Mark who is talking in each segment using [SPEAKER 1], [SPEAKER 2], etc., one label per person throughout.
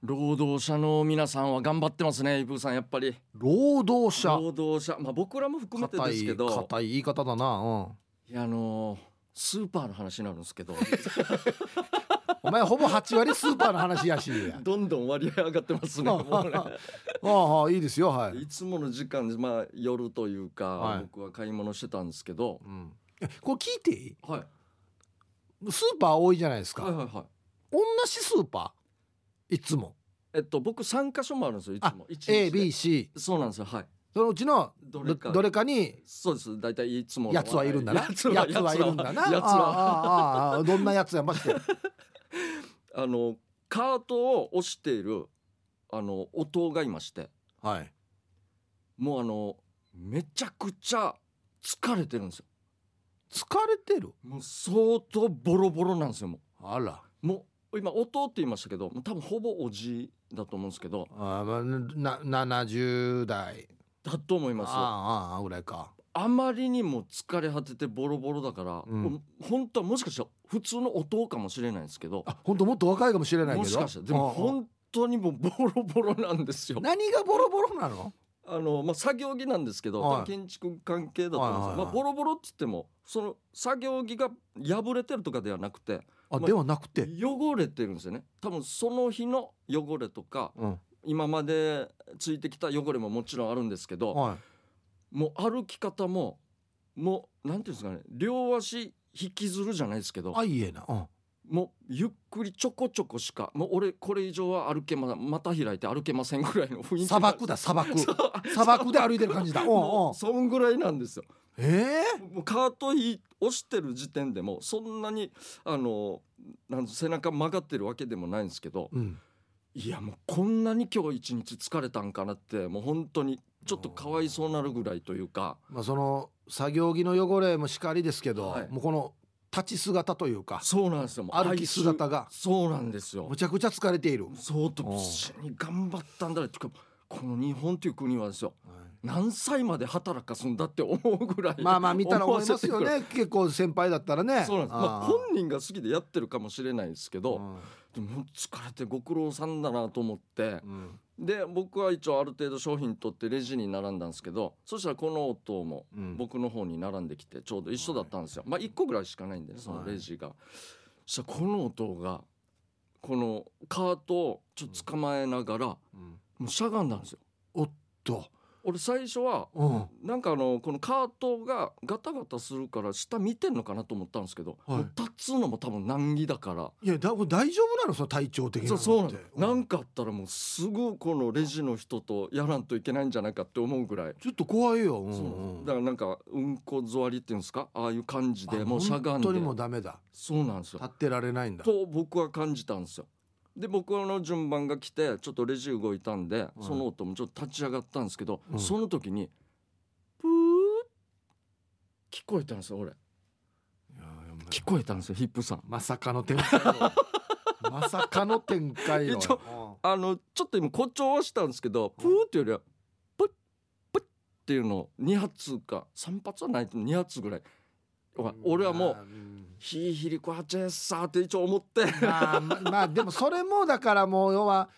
[SPEAKER 1] 労働者の皆さんは頑張ってますねイブーさんやっぱり
[SPEAKER 2] 労働者
[SPEAKER 1] 労働者まあ僕らも含めて
[SPEAKER 2] 硬
[SPEAKER 1] です
[SPEAKER 2] い
[SPEAKER 1] けど
[SPEAKER 2] 硬い言い方だな、うん、
[SPEAKER 1] いやあのースーパーの話になるんですけ ど
[SPEAKER 2] お前ほぼ8割スーパーの話やし
[SPEAKER 1] どんどん割合上がってます ねもうね
[SPEAKER 2] あああいいですよはい、
[SPEAKER 1] いつもの時間、まあ、夜というか、
[SPEAKER 2] はい
[SPEAKER 1] 僕は買い物してたんですけど、
[SPEAKER 2] うん、えこれ聞いていい
[SPEAKER 1] はい、
[SPEAKER 2] スーパー多いじゃないですか、
[SPEAKER 1] はいはいはい
[SPEAKER 2] 同じスーパーいつも
[SPEAKER 1] えっと僕3箇所もあるんですよいつも一日で
[SPEAKER 2] ABC
[SPEAKER 1] そうなんですよはい
[SPEAKER 2] そのうちの
[SPEAKER 1] ど
[SPEAKER 2] ど
[SPEAKER 1] れか
[SPEAKER 2] どれかに
[SPEAKER 1] そうです大体いつもの
[SPEAKER 2] やつはいるんだな
[SPEAKER 1] や
[SPEAKER 2] や
[SPEAKER 1] つ
[SPEAKER 2] つ
[SPEAKER 1] は
[SPEAKER 2] はいるんだな
[SPEAKER 1] やつはやつ
[SPEAKER 2] あ
[SPEAKER 1] は
[SPEAKER 2] ああああどんなやつやまして
[SPEAKER 1] あのカートを押しているあの音がいまして
[SPEAKER 2] はい
[SPEAKER 1] もうあのめちゃくちゃ疲れてるんですよ
[SPEAKER 2] 疲れてる
[SPEAKER 1] もう相当ボロボロなんですよも
[SPEAKER 2] あら
[SPEAKER 1] うもう今音って言いましたけどもう多分ほぼおじいだと思うんですけど
[SPEAKER 2] あまあなな70代
[SPEAKER 1] だと思い
[SPEAKER 2] あ
[SPEAKER 1] ます
[SPEAKER 2] あああぐらいか
[SPEAKER 1] あまりにも疲れ果ててボロボロだから、
[SPEAKER 2] うん
[SPEAKER 1] もう本当はもしかしたら普通の音かもしれないんですけど
[SPEAKER 2] あ本当もっと若いかもしれないけど
[SPEAKER 1] もしかしたらでも
[SPEAKER 2] ああ
[SPEAKER 1] 本当にもうボロボロなんですよ。
[SPEAKER 2] 何がボロボロなの
[SPEAKER 1] あのまあ、作業着なんですけど、
[SPEAKER 2] はい
[SPEAKER 1] 建築関係だと思うんですよ、
[SPEAKER 2] はいはいはい
[SPEAKER 1] まあ、ボロボロって言ってもその作業着が破れてるとかではなくて
[SPEAKER 2] あ
[SPEAKER 1] ま
[SPEAKER 2] ではなくて
[SPEAKER 1] 汚れてるんですよね多分その日の汚れとか
[SPEAKER 2] うん
[SPEAKER 1] 今までついてきた汚れももちろんあるんですけど、
[SPEAKER 2] はい
[SPEAKER 1] もう歩き方ももうなんていうんですかね両足引きずるじゃないですけど
[SPEAKER 2] あいいえなうん
[SPEAKER 1] もうゆっくりちょこちょこしかもう俺これ以上は歩けままた開いて歩けませんぐらいの雰囲気
[SPEAKER 2] 砂漠だ砂 漠
[SPEAKER 1] そう
[SPEAKER 2] 砂漠で歩いてる感じだおうお
[SPEAKER 1] も
[SPEAKER 2] う
[SPEAKER 1] うそんぐらいなんですよ
[SPEAKER 2] ええ
[SPEAKER 1] もうカート引押してる時点でもそんなにあのなん背中曲がってるわけでもないんですけど
[SPEAKER 2] うん
[SPEAKER 1] いやもうこんなに今日一日疲れたんかなってもう本当にちょっとかわいそうなるぐらいというか
[SPEAKER 2] まあその作業着の汚れもしかりですけど
[SPEAKER 1] はい
[SPEAKER 2] もうこの立ち姿というか
[SPEAKER 1] そうなんですよもう
[SPEAKER 2] 歩き姿が
[SPEAKER 1] そうなんですよ
[SPEAKER 2] むちゃくちゃ疲れている
[SPEAKER 1] 相当
[SPEAKER 2] うん
[SPEAKER 1] 必死に頑張ったんだねてかこの日本という国はですよ何歳まで働かすんだって思うぐらい
[SPEAKER 2] まあまあ見たら思いますよ
[SPEAKER 1] 思わせ
[SPEAKER 2] ね結構先輩だったらね
[SPEAKER 1] てくるそうなんですまあ、
[SPEAKER 2] あー
[SPEAKER 1] 本人が好きでやってるかもしれないですけど、でも疲れてご苦労さんだなと思って
[SPEAKER 2] うんうん
[SPEAKER 1] で僕は一応ある程度商品取ってレジに並んだんですけどそしたらこの音も
[SPEAKER 2] うん
[SPEAKER 1] 僕の方に並んできてちょうど一緒だったんですよ、まあ1個ぐらいしかないんでそのレジが、そしたらこの音がこのカートをちょっと捕まえながら、
[SPEAKER 2] うん
[SPEAKER 1] もうしゃがんだんですよ
[SPEAKER 2] おっと
[SPEAKER 1] 俺最初は
[SPEAKER 2] うん
[SPEAKER 1] なんかあのこのカートがガタガタするから下見てんのかなと思ったんですけど、
[SPEAKER 2] はい
[SPEAKER 1] もう立つのも多分難儀だから
[SPEAKER 2] いやだこれ大丈夫なのその体調的なの
[SPEAKER 1] そ
[SPEAKER 2] っ
[SPEAKER 1] う
[SPEAKER 2] て
[SPEAKER 1] そうなんだ
[SPEAKER 2] うん
[SPEAKER 1] なんかあったらもうすぐこのレジの人とやらんといけないんじゃないかって思うぐらい、
[SPEAKER 2] ちょっと怖いようん
[SPEAKER 1] そう
[SPEAKER 2] うん
[SPEAKER 1] だからなんかうんこ座りっていうんですかああいう感じで
[SPEAKER 2] あ
[SPEAKER 1] もうしゃがん
[SPEAKER 2] 本当にもう
[SPEAKER 1] で
[SPEAKER 2] ダメだ
[SPEAKER 1] そうなんですよ
[SPEAKER 2] 立ってられないんだ
[SPEAKER 1] と僕は感じたんですよで僕の順番が来てちょっとレジ動いたんで、その音もちょっと立ち上がったんですけど、
[SPEAKER 2] うん
[SPEAKER 1] その時にプー聞こえたんですよ俺
[SPEAKER 2] いやいやもう
[SPEAKER 1] 聞こえたんですよヒップさん
[SPEAKER 2] まさかの展開 よまさかの展開よ
[SPEAKER 1] 一あのちょっと今誇張はしたんですけどプーっていうよりはプップッっていうのを2発か3発はないと2発ぐらい
[SPEAKER 2] うん
[SPEAKER 1] わ俺はもう
[SPEAKER 2] まあん
[SPEAKER 1] ヒーヒリコハチェッサーって一応思 って
[SPEAKER 2] まあままあでもそれもだからもう要は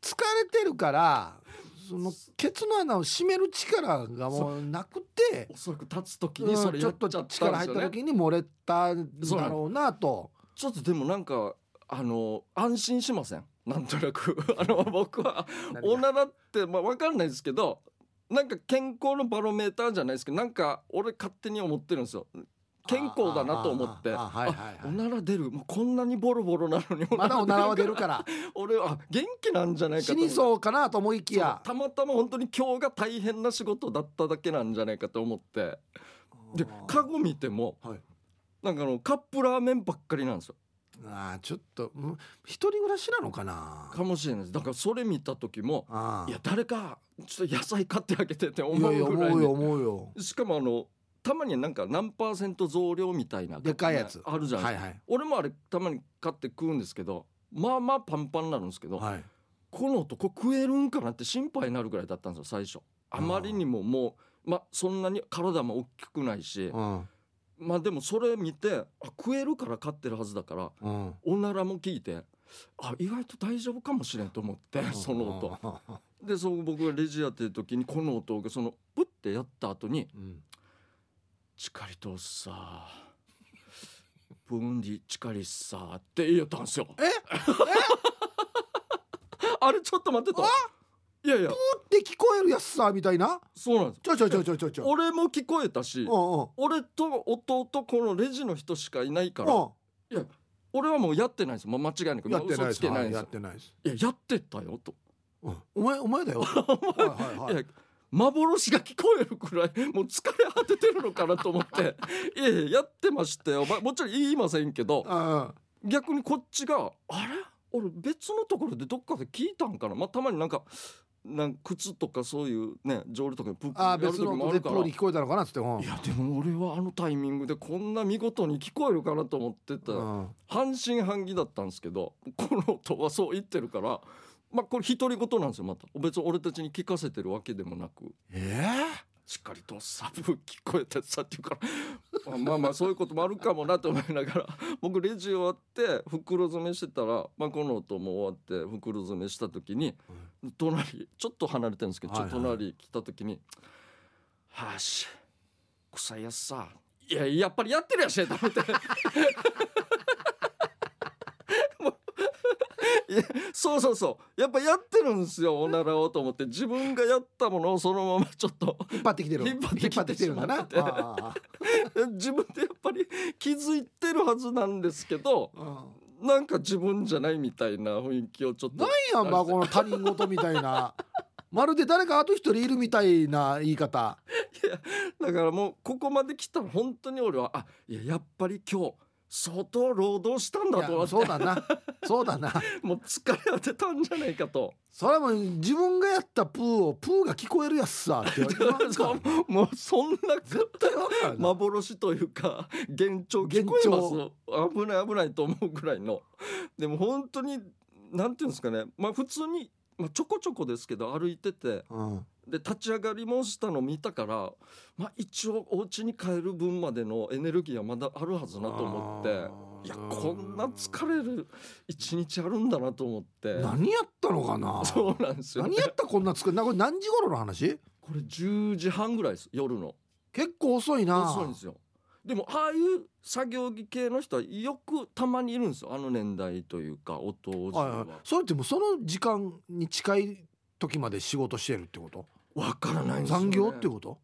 [SPEAKER 2] 疲れてるからそのケツの穴を閉める力がもうなくて
[SPEAKER 1] おそらく立つ時
[SPEAKER 2] うん
[SPEAKER 1] にそれ
[SPEAKER 2] ち
[SPEAKER 1] や
[SPEAKER 2] ょ
[SPEAKER 1] っ
[SPEAKER 2] っ
[SPEAKER 1] ちゃ
[SPEAKER 2] と
[SPEAKER 1] ったんですよ
[SPEAKER 2] 力入った
[SPEAKER 1] ね
[SPEAKER 2] 時に漏れたんだろうなと
[SPEAKER 1] ちょっとでもなんかあの安心しませんなんとなく あの僕はおならってまあ分かんないですけどなんか健康のバロメーターじゃないですけどなんか俺勝手に思ってるんですよ健康だなと思って
[SPEAKER 2] あああはいはい
[SPEAKER 1] お
[SPEAKER 2] はい
[SPEAKER 1] なら出るもうこんなにボロボロなのに
[SPEAKER 2] まだおならは出る から
[SPEAKER 1] 俺は元気なんじゃないかと
[SPEAKER 2] 死
[SPEAKER 1] 思っ
[SPEAKER 2] に
[SPEAKER 1] て
[SPEAKER 2] そうかなと思いきや
[SPEAKER 1] そうたまたま本当に今日が大変な仕事だっただけなんじゃないかと思ってでカゴ見ても、
[SPEAKER 2] はい
[SPEAKER 1] なんかあのカップラーメンばっかりなんですよ
[SPEAKER 2] ああちょっとうん一人暮らしなのかな
[SPEAKER 1] かもしれないですだからそれ見た時も
[SPEAKER 2] ああ
[SPEAKER 1] いや誰かちょっと野菜買ってあげてって思
[SPEAKER 2] いやいや
[SPEAKER 1] うぐらい
[SPEAKER 2] 思うよ
[SPEAKER 1] で
[SPEAKER 2] 思うよ
[SPEAKER 1] しかもあのたまになんか何パーセント増量みたいな
[SPEAKER 2] でかいやつ
[SPEAKER 1] あるじゃないですか、
[SPEAKER 2] はいはい
[SPEAKER 1] 俺もあれたまに買って食うんですけどまあまあパンパンになるんですけど、
[SPEAKER 2] はい
[SPEAKER 1] この男食えるんかなって心配になるぐらいだったんですよ最初あまりにももうまあそんなに体も大きくないし
[SPEAKER 2] うん
[SPEAKER 1] まあでもそれ見てあ食えるから買ってるはずだから
[SPEAKER 2] うん
[SPEAKER 1] おならも聞いてあ意外と大丈夫かもしれんと思って その音
[SPEAKER 2] 音。
[SPEAKER 1] でそう僕がレジやってる時にこの音がそのプッてやった後に
[SPEAKER 2] うん
[SPEAKER 1] 「チカリとさブンディチカリさ」って言ったんですよ。
[SPEAKER 2] え
[SPEAKER 1] あれちょっと待ってと。いやいや
[SPEAKER 2] で聞こえるやつさみたいな。
[SPEAKER 1] そうなんです。
[SPEAKER 2] ちょいちょいちょいちょいちょいちょい。
[SPEAKER 1] 俺も聞こえたし
[SPEAKER 2] うんうん
[SPEAKER 1] 俺と弟このレジの人しかいないからいや俺はもうやってないですもう間違いな
[SPEAKER 2] う
[SPEAKER 1] く
[SPEAKER 2] んやってな
[SPEAKER 1] 嘘
[SPEAKER 2] いで
[SPEAKER 1] つ
[SPEAKER 2] す。
[SPEAKER 1] けな
[SPEAKER 2] はいい
[SPEAKER 1] で
[SPEAKER 2] や
[SPEAKER 1] す
[SPEAKER 2] っ
[SPEAKER 1] よ
[SPEAKER 2] てないです。
[SPEAKER 1] いややってたよと、
[SPEAKER 2] うんお前 お前だよ。はいはい
[SPEAKER 1] い
[SPEAKER 2] は
[SPEAKER 1] や
[SPEAKER 2] い。
[SPEAKER 1] 幻が聞こえるくらいもう疲れ果ててるのかなと思って いやいややってましたよ、まあ、もちろん言いませんけど
[SPEAKER 2] あ
[SPEAKER 1] 逆にこっちがあれ俺別のところでどっかで聞いたんかな、まあ、たまになんかなん靴とかそういうね上流とかにプップ
[SPEAKER 2] あ
[SPEAKER 1] や
[SPEAKER 2] ー
[SPEAKER 1] る
[SPEAKER 2] 別
[SPEAKER 1] 時
[SPEAKER 2] の
[SPEAKER 1] もあ
[SPEAKER 2] で
[SPEAKER 1] る
[SPEAKER 2] プ
[SPEAKER 1] から
[SPEAKER 2] ロに聞こえたのかなっつって。うん
[SPEAKER 1] いやでも俺はあのタイミングでこんな見事に聞こえるかなと思ってた、
[SPEAKER 2] うん
[SPEAKER 1] 半信半疑だったんですけどこの音はそう言ってるからまあこれ独り言なんですよまた別に俺たちに聞かせてるわけでもなく
[SPEAKER 2] え
[SPEAKER 1] しっかりとサブ聞こえてさっていうからまあまあまあそういうこともあるかもなと思いながら僕レジ終わって袋詰めしてたら、まあ、この音も終わって袋詰めした時に隣ちょっと離れてるんですけど、
[SPEAKER 2] はいはい
[SPEAKER 1] ちょっと隣来た時に「はし臭いやつさいややっぱりやってるやし」と思って。もういやそうそうそうやっぱやってるんですよおならをと思って自分がやったものをそのままちょっと
[SPEAKER 2] え。引っ張ってきてる。
[SPEAKER 1] 引っ張ってきて
[SPEAKER 2] 引るんだな。
[SPEAKER 1] しま
[SPEAKER 2] あ
[SPEAKER 1] って
[SPEAKER 2] ーあ
[SPEAKER 1] 自分でやっぱり気づいてるはずなんですけど
[SPEAKER 2] ーうん
[SPEAKER 1] なんか自分じゃないみたいな雰囲気をちょっと
[SPEAKER 2] なんやんばこの他人事みたいな。まるで誰かあと一人いるみたいな言い方。
[SPEAKER 1] だからもうここまで来たら本当に俺はあいややっぱり今日相当労働したん
[SPEAKER 2] い
[SPEAKER 1] だ
[SPEAKER 2] や
[SPEAKER 1] と思って
[SPEAKER 2] そうだな。そうだな。
[SPEAKER 1] もう疲れ当てたんじゃないかと
[SPEAKER 2] それはもう自分がやったプーをプーが聞こえるやつさって言われてるわけだから
[SPEAKER 1] そうもうそんな
[SPEAKER 2] 絶対わかるな、
[SPEAKER 1] 幻というか幻聴聞こえます危ない危ないと思うぐらいのでも本当になんていうんですかねまあ普通に、まあ、ちょこちょこですけど歩いてて
[SPEAKER 2] うん、
[SPEAKER 1] で立ち上がりもしたの見たから、まあ、一応お家に帰る分までのエネルギーはまだあるはずなと思っていやこんな疲れる一日あるんだなと思って
[SPEAKER 2] 何やったのかな
[SPEAKER 1] そうなんですよ
[SPEAKER 2] 何やったこんな疲れなこれ何時頃の話
[SPEAKER 1] これ10時半ぐらいです夜の
[SPEAKER 2] 結構遅いな
[SPEAKER 1] 遅いんですよでもああいう作業着系の人はよくたまにいるんですよあの年代というかお父さ
[SPEAKER 2] はい
[SPEAKER 1] ん
[SPEAKER 2] はい
[SPEAKER 1] は
[SPEAKER 2] それってもうその時間に近い時まで仕事してるってこと
[SPEAKER 1] わからないんですよ、ね、
[SPEAKER 2] 残業ってこと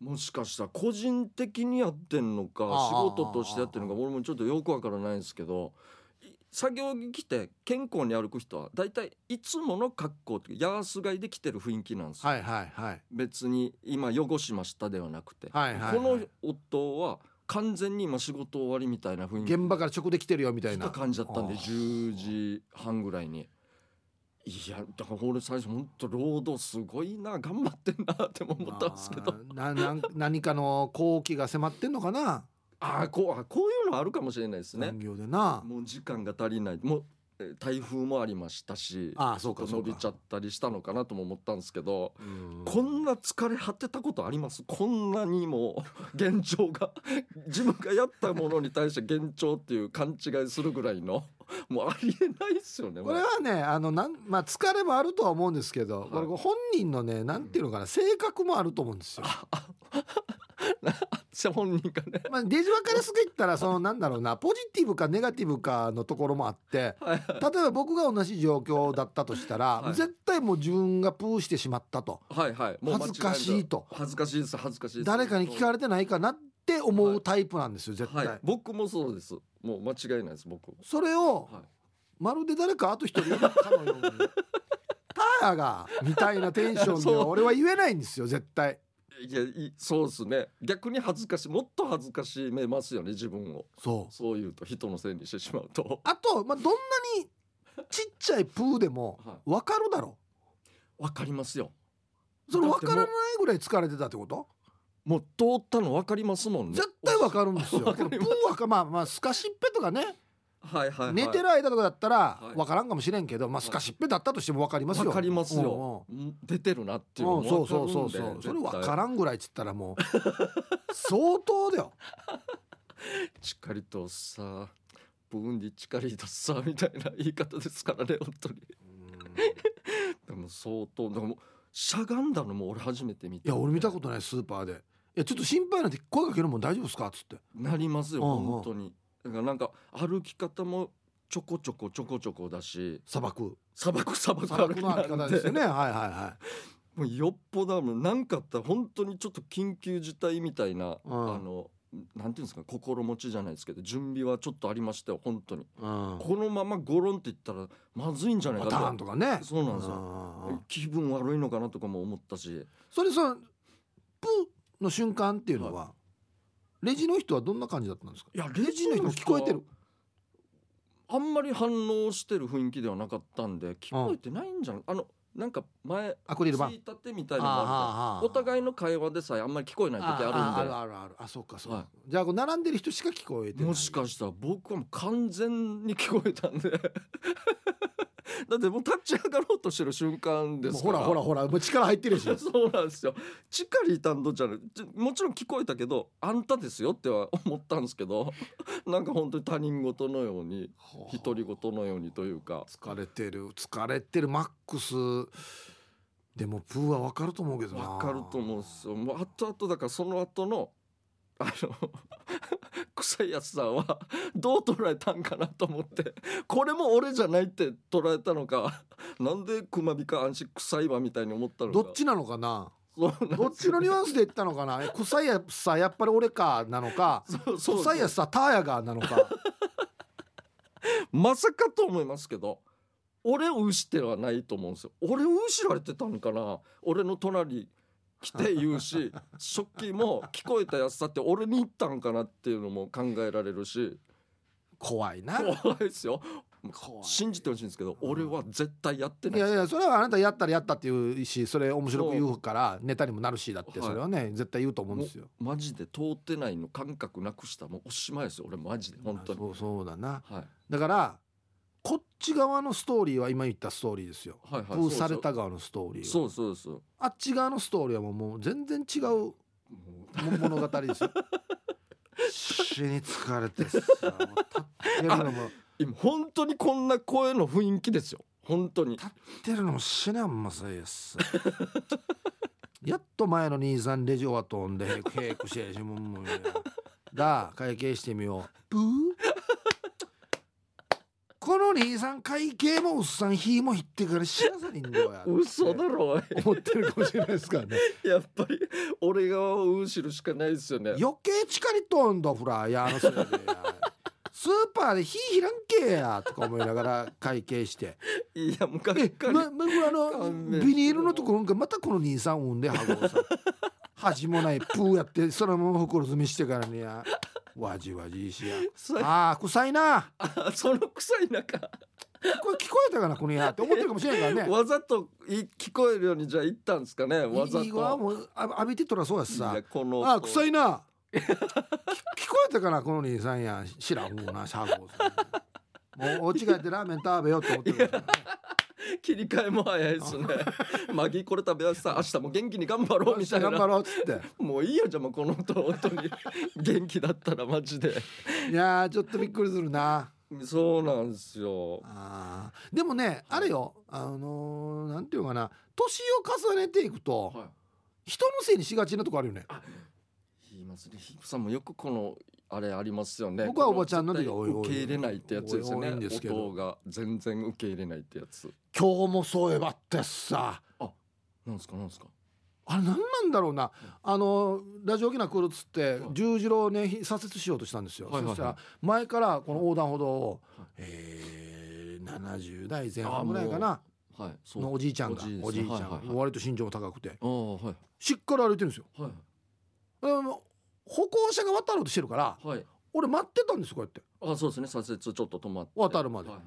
[SPEAKER 1] もしかしたら個人的にやってんのか
[SPEAKER 2] ああ
[SPEAKER 1] 仕事としてやってんのか
[SPEAKER 2] あ
[SPEAKER 1] 俺もちょっとよくわからないんですけどい作業着着て健康に歩く人は大体いつもの格好っていうかヤース買いで着てる雰囲気なんですよ、
[SPEAKER 2] はいはいはい
[SPEAKER 1] 別に今汚しましたではなくて、
[SPEAKER 2] はいはいはい
[SPEAKER 1] この夫は完全に今仕事終わりみたいな雰囲気
[SPEAKER 2] 現場から直で来てるよみたい
[SPEAKER 1] 来
[SPEAKER 2] な
[SPEAKER 1] た感じだったんで
[SPEAKER 2] あー
[SPEAKER 1] 10時半ぐらいにいやだから俺最初本当労働すごいな頑張ってんなっても思ったんですけど
[SPEAKER 2] まあなな 何かの好機が迫ってんのかな、
[SPEAKER 1] ああこうあこういうのあるかもしれないですね
[SPEAKER 2] 残業でな
[SPEAKER 1] もう時間が足りないもうえー台風もありましたし
[SPEAKER 2] ああそうかそう
[SPEAKER 1] 伸び
[SPEAKER 2] か
[SPEAKER 1] ちゃったりしたのかなとも思ったんですけど
[SPEAKER 2] うん
[SPEAKER 1] こんな疲れ果てたことありますこんなにも 幻聴が 自分がやったものに対して幻聴っていう勘違いするぐらいのもうありえないですよねもう
[SPEAKER 2] これはねあのなん、まあ、疲れもあるとは思うんですけど、
[SPEAKER 1] はい
[SPEAKER 2] これ本人のねなんていうのかな性格もあると思うんですよ。
[SPEAKER 1] じゃあ本人がね
[SPEAKER 2] まあ、デジ分かりすぎたらそのなんだろうなポジティブかネガティブかのところもあって
[SPEAKER 1] はいはい
[SPEAKER 2] 例えば僕が同じ状況だったとしたら、
[SPEAKER 1] はい
[SPEAKER 2] 絶対もう自分がプーしてしまったと
[SPEAKER 1] はいはい。もう間違いな
[SPEAKER 2] 恥ずかしいと
[SPEAKER 1] 恥ずかしいです恥ずかしいです。
[SPEAKER 2] 誰かに聞かれてないかなって思うタイプなんですよ絶対。
[SPEAKER 1] はい。僕もそうです。もう間違いないです僕。
[SPEAKER 2] それを、
[SPEAKER 1] はい
[SPEAKER 2] まるで誰かあと一人いるかの ように「ターヤが」みたいなテンションでは俺は言えないんですよ絶対。
[SPEAKER 1] いやいそうですね。逆に恥ずかしいもっと恥ずかしめますよね自分を。
[SPEAKER 2] そう
[SPEAKER 1] そういうと人のせいにしてしまうと。
[SPEAKER 2] あと、まあ、どんなにちっちゃいプーでも
[SPEAKER 1] は
[SPEAKER 2] 分かるだろ
[SPEAKER 1] い。わかりますよ。
[SPEAKER 2] うそれ
[SPEAKER 1] だっ
[SPEAKER 2] 分
[SPEAKER 1] て
[SPEAKER 2] か
[SPEAKER 1] もう
[SPEAKER 2] らないぐらい疲れてたってこと
[SPEAKER 1] もう通ったのわかりますもんね。
[SPEAKER 2] 絶対分かるんです よ
[SPEAKER 1] わ
[SPEAKER 2] け
[SPEAKER 1] か
[SPEAKER 2] ど
[SPEAKER 1] り
[SPEAKER 2] プ
[SPEAKER 1] ます
[SPEAKER 2] ーはかまあまあスカシッペとかね、
[SPEAKER 1] はいはいはい。
[SPEAKER 2] 寝てる間とかだったら
[SPEAKER 1] はい
[SPEAKER 2] 分からんかもしれんけど、まあ、スカシッペだったとしても分かりますよ
[SPEAKER 1] わかります
[SPEAKER 2] うんうん
[SPEAKER 1] よ。うん出てるなっていう
[SPEAKER 2] う
[SPEAKER 1] の
[SPEAKER 2] ん、そう
[SPEAKER 1] も
[SPEAKER 2] そうそう
[SPEAKER 1] わか
[SPEAKER 2] そ
[SPEAKER 1] るん
[SPEAKER 2] う
[SPEAKER 1] で。
[SPEAKER 2] それ分
[SPEAKER 1] 絶対
[SPEAKER 2] からんぐらいっつったらもう相当だよ
[SPEAKER 1] しっかりとさプーンでチカリーだっさみたいな言い方ですからね本当にでも相当でもしゃがんだのも俺初めて見
[SPEAKER 2] い
[SPEAKER 1] た
[SPEAKER 2] や俺見たことないスーパーで「いやちょっと心配なんで声かけるもん大丈夫ですか?」っつって
[SPEAKER 1] なりますよ
[SPEAKER 2] うんうん
[SPEAKER 1] 本当にだからなんか歩き方もちょこちょこちょこちょこだし
[SPEAKER 2] 砂漠
[SPEAKER 1] 砂漠砂漠
[SPEAKER 2] 砂
[SPEAKER 1] 歩
[SPEAKER 2] 漠
[SPEAKER 1] き
[SPEAKER 2] の歩き
[SPEAKER 1] な
[SPEAKER 2] 方
[SPEAKER 1] ん
[SPEAKER 2] です
[SPEAKER 1] で
[SPEAKER 2] よねはいはいはい
[SPEAKER 1] もうよっぽどもうなんかあったら本当にちょっと緊急事態みたいな、
[SPEAKER 2] うん
[SPEAKER 1] あのなんていうんですか心持ちじゃないですけど準備はちょっとありましたよ本当に、
[SPEAKER 2] うん
[SPEAKER 1] このままゴロンっていったらまずいんじゃない
[SPEAKER 2] パ
[SPEAKER 1] か
[SPEAKER 2] ターン
[SPEAKER 1] と
[SPEAKER 2] とかね
[SPEAKER 1] そうなんですよ
[SPEAKER 2] ようん
[SPEAKER 1] 気分悪いのかなとかも思ったし
[SPEAKER 2] それさプーの瞬間っていうのはレジの人はどんな感じだったんですか
[SPEAKER 1] いや
[SPEAKER 2] レジの人聞こえてる
[SPEAKER 1] あんまり反応してる雰囲気ではなかったんで聞こえてないんじゃん、あのなんか前
[SPEAKER 2] アクリル板
[SPEAKER 1] ついたてみたいなのもあるからお互い
[SPEAKER 2] の
[SPEAKER 1] の会話でさえあんまり聞こえない時あるんで
[SPEAKER 2] あるあるあるあそうかそうか、
[SPEAKER 1] はい
[SPEAKER 2] じゃあこう並んでる人しか聞こえてない
[SPEAKER 1] もしかしたら僕はもう完全に聞こえたんで だってもう立ち上がろうとしてる瞬間で
[SPEAKER 2] もう
[SPEAKER 1] す
[SPEAKER 2] ほ
[SPEAKER 1] からら
[SPEAKER 2] ほらほらもう力入ってるし
[SPEAKER 1] そうなんですよチカリー担当じゃないちもちろん聞こえたけどあんたですよっては思ったんですけど なんか本当に他人事のように独り言のようにというか
[SPEAKER 2] 疲れてる疲れてるマックスでもプーは分かると思うけどな
[SPEAKER 1] わかると思うんですよもう後々だからその後のあの 臭いやつさんはどう捉えたんかなと思ってこれも俺じゃないって捉えたのかなんでクマビか安心臭いわみたいに思ったのか
[SPEAKER 2] どっちなのかな
[SPEAKER 1] そうなん
[SPEAKER 2] どっちのニュアンスで言ったのかなえ臭いやつさやっぱり俺かなのか
[SPEAKER 1] そうそう
[SPEAKER 2] 臭いやつさターヤがなのか
[SPEAKER 1] まさかと思いますけど俺を失してはないと思うんですよ俺を失われてたのかな俺の隣来て言う し食器も聞こえたやつだって俺に行ったんかなっていうのも考えられるし
[SPEAKER 2] 怖いな
[SPEAKER 1] 怖いですよ
[SPEAKER 2] 怖い
[SPEAKER 1] 信じてほしいんですけど
[SPEAKER 2] うん
[SPEAKER 1] 俺は絶対やってないい
[SPEAKER 2] やいやそれはあなたやったらやったっていうしそれ面白く言うからネタにもなるしだって
[SPEAKER 1] はい
[SPEAKER 2] それはね絶対言うと思うんですよ。
[SPEAKER 1] マジで通ってないの感覚なくしたらもうおしまいですよ俺マジで本当に
[SPEAKER 2] そうそうだな
[SPEAKER 1] はい
[SPEAKER 2] だからこっち側のストーリーは今言ったストーリーですよ。
[SPEAKER 1] はいはい
[SPEAKER 2] プーされた側のストーリーは
[SPEAKER 1] そうそうそうそう
[SPEAKER 2] あっち側のストーリーはもうもう全然違うも
[SPEAKER 1] も
[SPEAKER 2] 物語で すよ。死に疲れてさもう立ってるのも
[SPEAKER 1] う今本当にこんな声の雰囲気ですよ本当に
[SPEAKER 2] 立ってるのも死ねんまさや っす。やっと前の兄さんレジ終わっとんでへくへくしてやしもんもんや。だ会計してみよう。ブーこの兄さん会計もおっさん火も引ってからしなさりんだよや。
[SPEAKER 1] 嘘だろおい
[SPEAKER 2] 思ってるかもしれないで すからね。
[SPEAKER 1] やっぱり俺側を後ろしかないですよね。
[SPEAKER 2] 余計力りとんだフライヤーのせいで や。スーパーで火開んけやとか思いながら会計して。
[SPEAKER 1] いやもうがっ
[SPEAKER 2] え、
[SPEAKER 1] かり。
[SPEAKER 2] ま、ま、あ
[SPEAKER 1] 勘
[SPEAKER 2] の、
[SPEAKER 1] 弁
[SPEAKER 2] ビニールのところなんか、またこの兄さん産んで、ハゴさん。恥もない、プーやって、そのまま袋詰めしてからにや。わじわじいしや。
[SPEAKER 1] さ
[SPEAKER 2] ああ、臭いな。
[SPEAKER 1] あその臭い中
[SPEAKER 2] これ聞こえたかな、このやって思ってるかもしれないからね。
[SPEAKER 1] わざとい聞こえるようにじゃあ言ったんですかねわざ
[SPEAKER 2] いいわ
[SPEAKER 1] と。
[SPEAKER 2] もう、あ、浴びてとらそうやし
[SPEAKER 1] い
[SPEAKER 2] さ
[SPEAKER 1] や。この
[SPEAKER 2] ああ、臭
[SPEAKER 1] い
[SPEAKER 2] いな。き聞こえたかな、この兄さんや、知らんもんな、シャーゴさん。もう、お家帰ってラーメン食べようと思ってるからね。
[SPEAKER 1] 切り替えも早いですね。マギこれ食べやすさ明日も元気に頑張ろうみたい
[SPEAKER 2] 頑張
[SPEAKER 1] な。
[SPEAKER 2] ろうっつって。
[SPEAKER 1] もういいよじゃあもうこの音本当に元気だったらマジ で。
[SPEAKER 2] いやー、ちょっとびっくりするな。
[SPEAKER 1] そうなんですよ。
[SPEAKER 2] あーでもねあれよあのーなんていうかな年を重ねていくと、
[SPEAKER 1] は
[SPEAKER 2] 人のせいにしがちなとこあるよね
[SPEAKER 1] い。言いますね。ヒップさんもよくこのあれありますよね。
[SPEAKER 2] 僕はおばちゃんの時
[SPEAKER 1] こ
[SPEAKER 2] おいおい
[SPEAKER 1] 受け入れないってやつですよ
[SPEAKER 2] おいおいいいん
[SPEAKER 1] ね
[SPEAKER 2] です。けど
[SPEAKER 1] 音が全然受け入れないってやつ。
[SPEAKER 2] 今日もそういえばってさ
[SPEAKER 1] なんですかなんですか。
[SPEAKER 2] あれ何なんだろうなあのーラジオ沖縄来るっつって、
[SPEAKER 1] はい
[SPEAKER 2] 十字路をねひ左折しようとしたんですよ、
[SPEAKER 1] はいはいはい
[SPEAKER 2] そしたら前からこの横断歩道を、
[SPEAKER 1] はい
[SPEAKER 2] えー70代前半ぐらいかな
[SPEAKER 1] はい。そう。
[SPEAKER 2] のおじいちゃんが
[SPEAKER 1] おじいですね
[SPEAKER 2] おじいちゃん、
[SPEAKER 1] はいはいはい
[SPEAKER 2] 割と身長も高くて
[SPEAKER 1] ああはい
[SPEAKER 2] しっかり歩いてるんですよ。
[SPEAKER 1] は
[SPEAKER 2] あの歩行者が渡ろうとしてるから
[SPEAKER 1] いはい。
[SPEAKER 2] 俺待ってたんですよこうやって。
[SPEAKER 1] あそうですね。左折ちょっと止まって。
[SPEAKER 2] 渡るまで
[SPEAKER 1] はいはい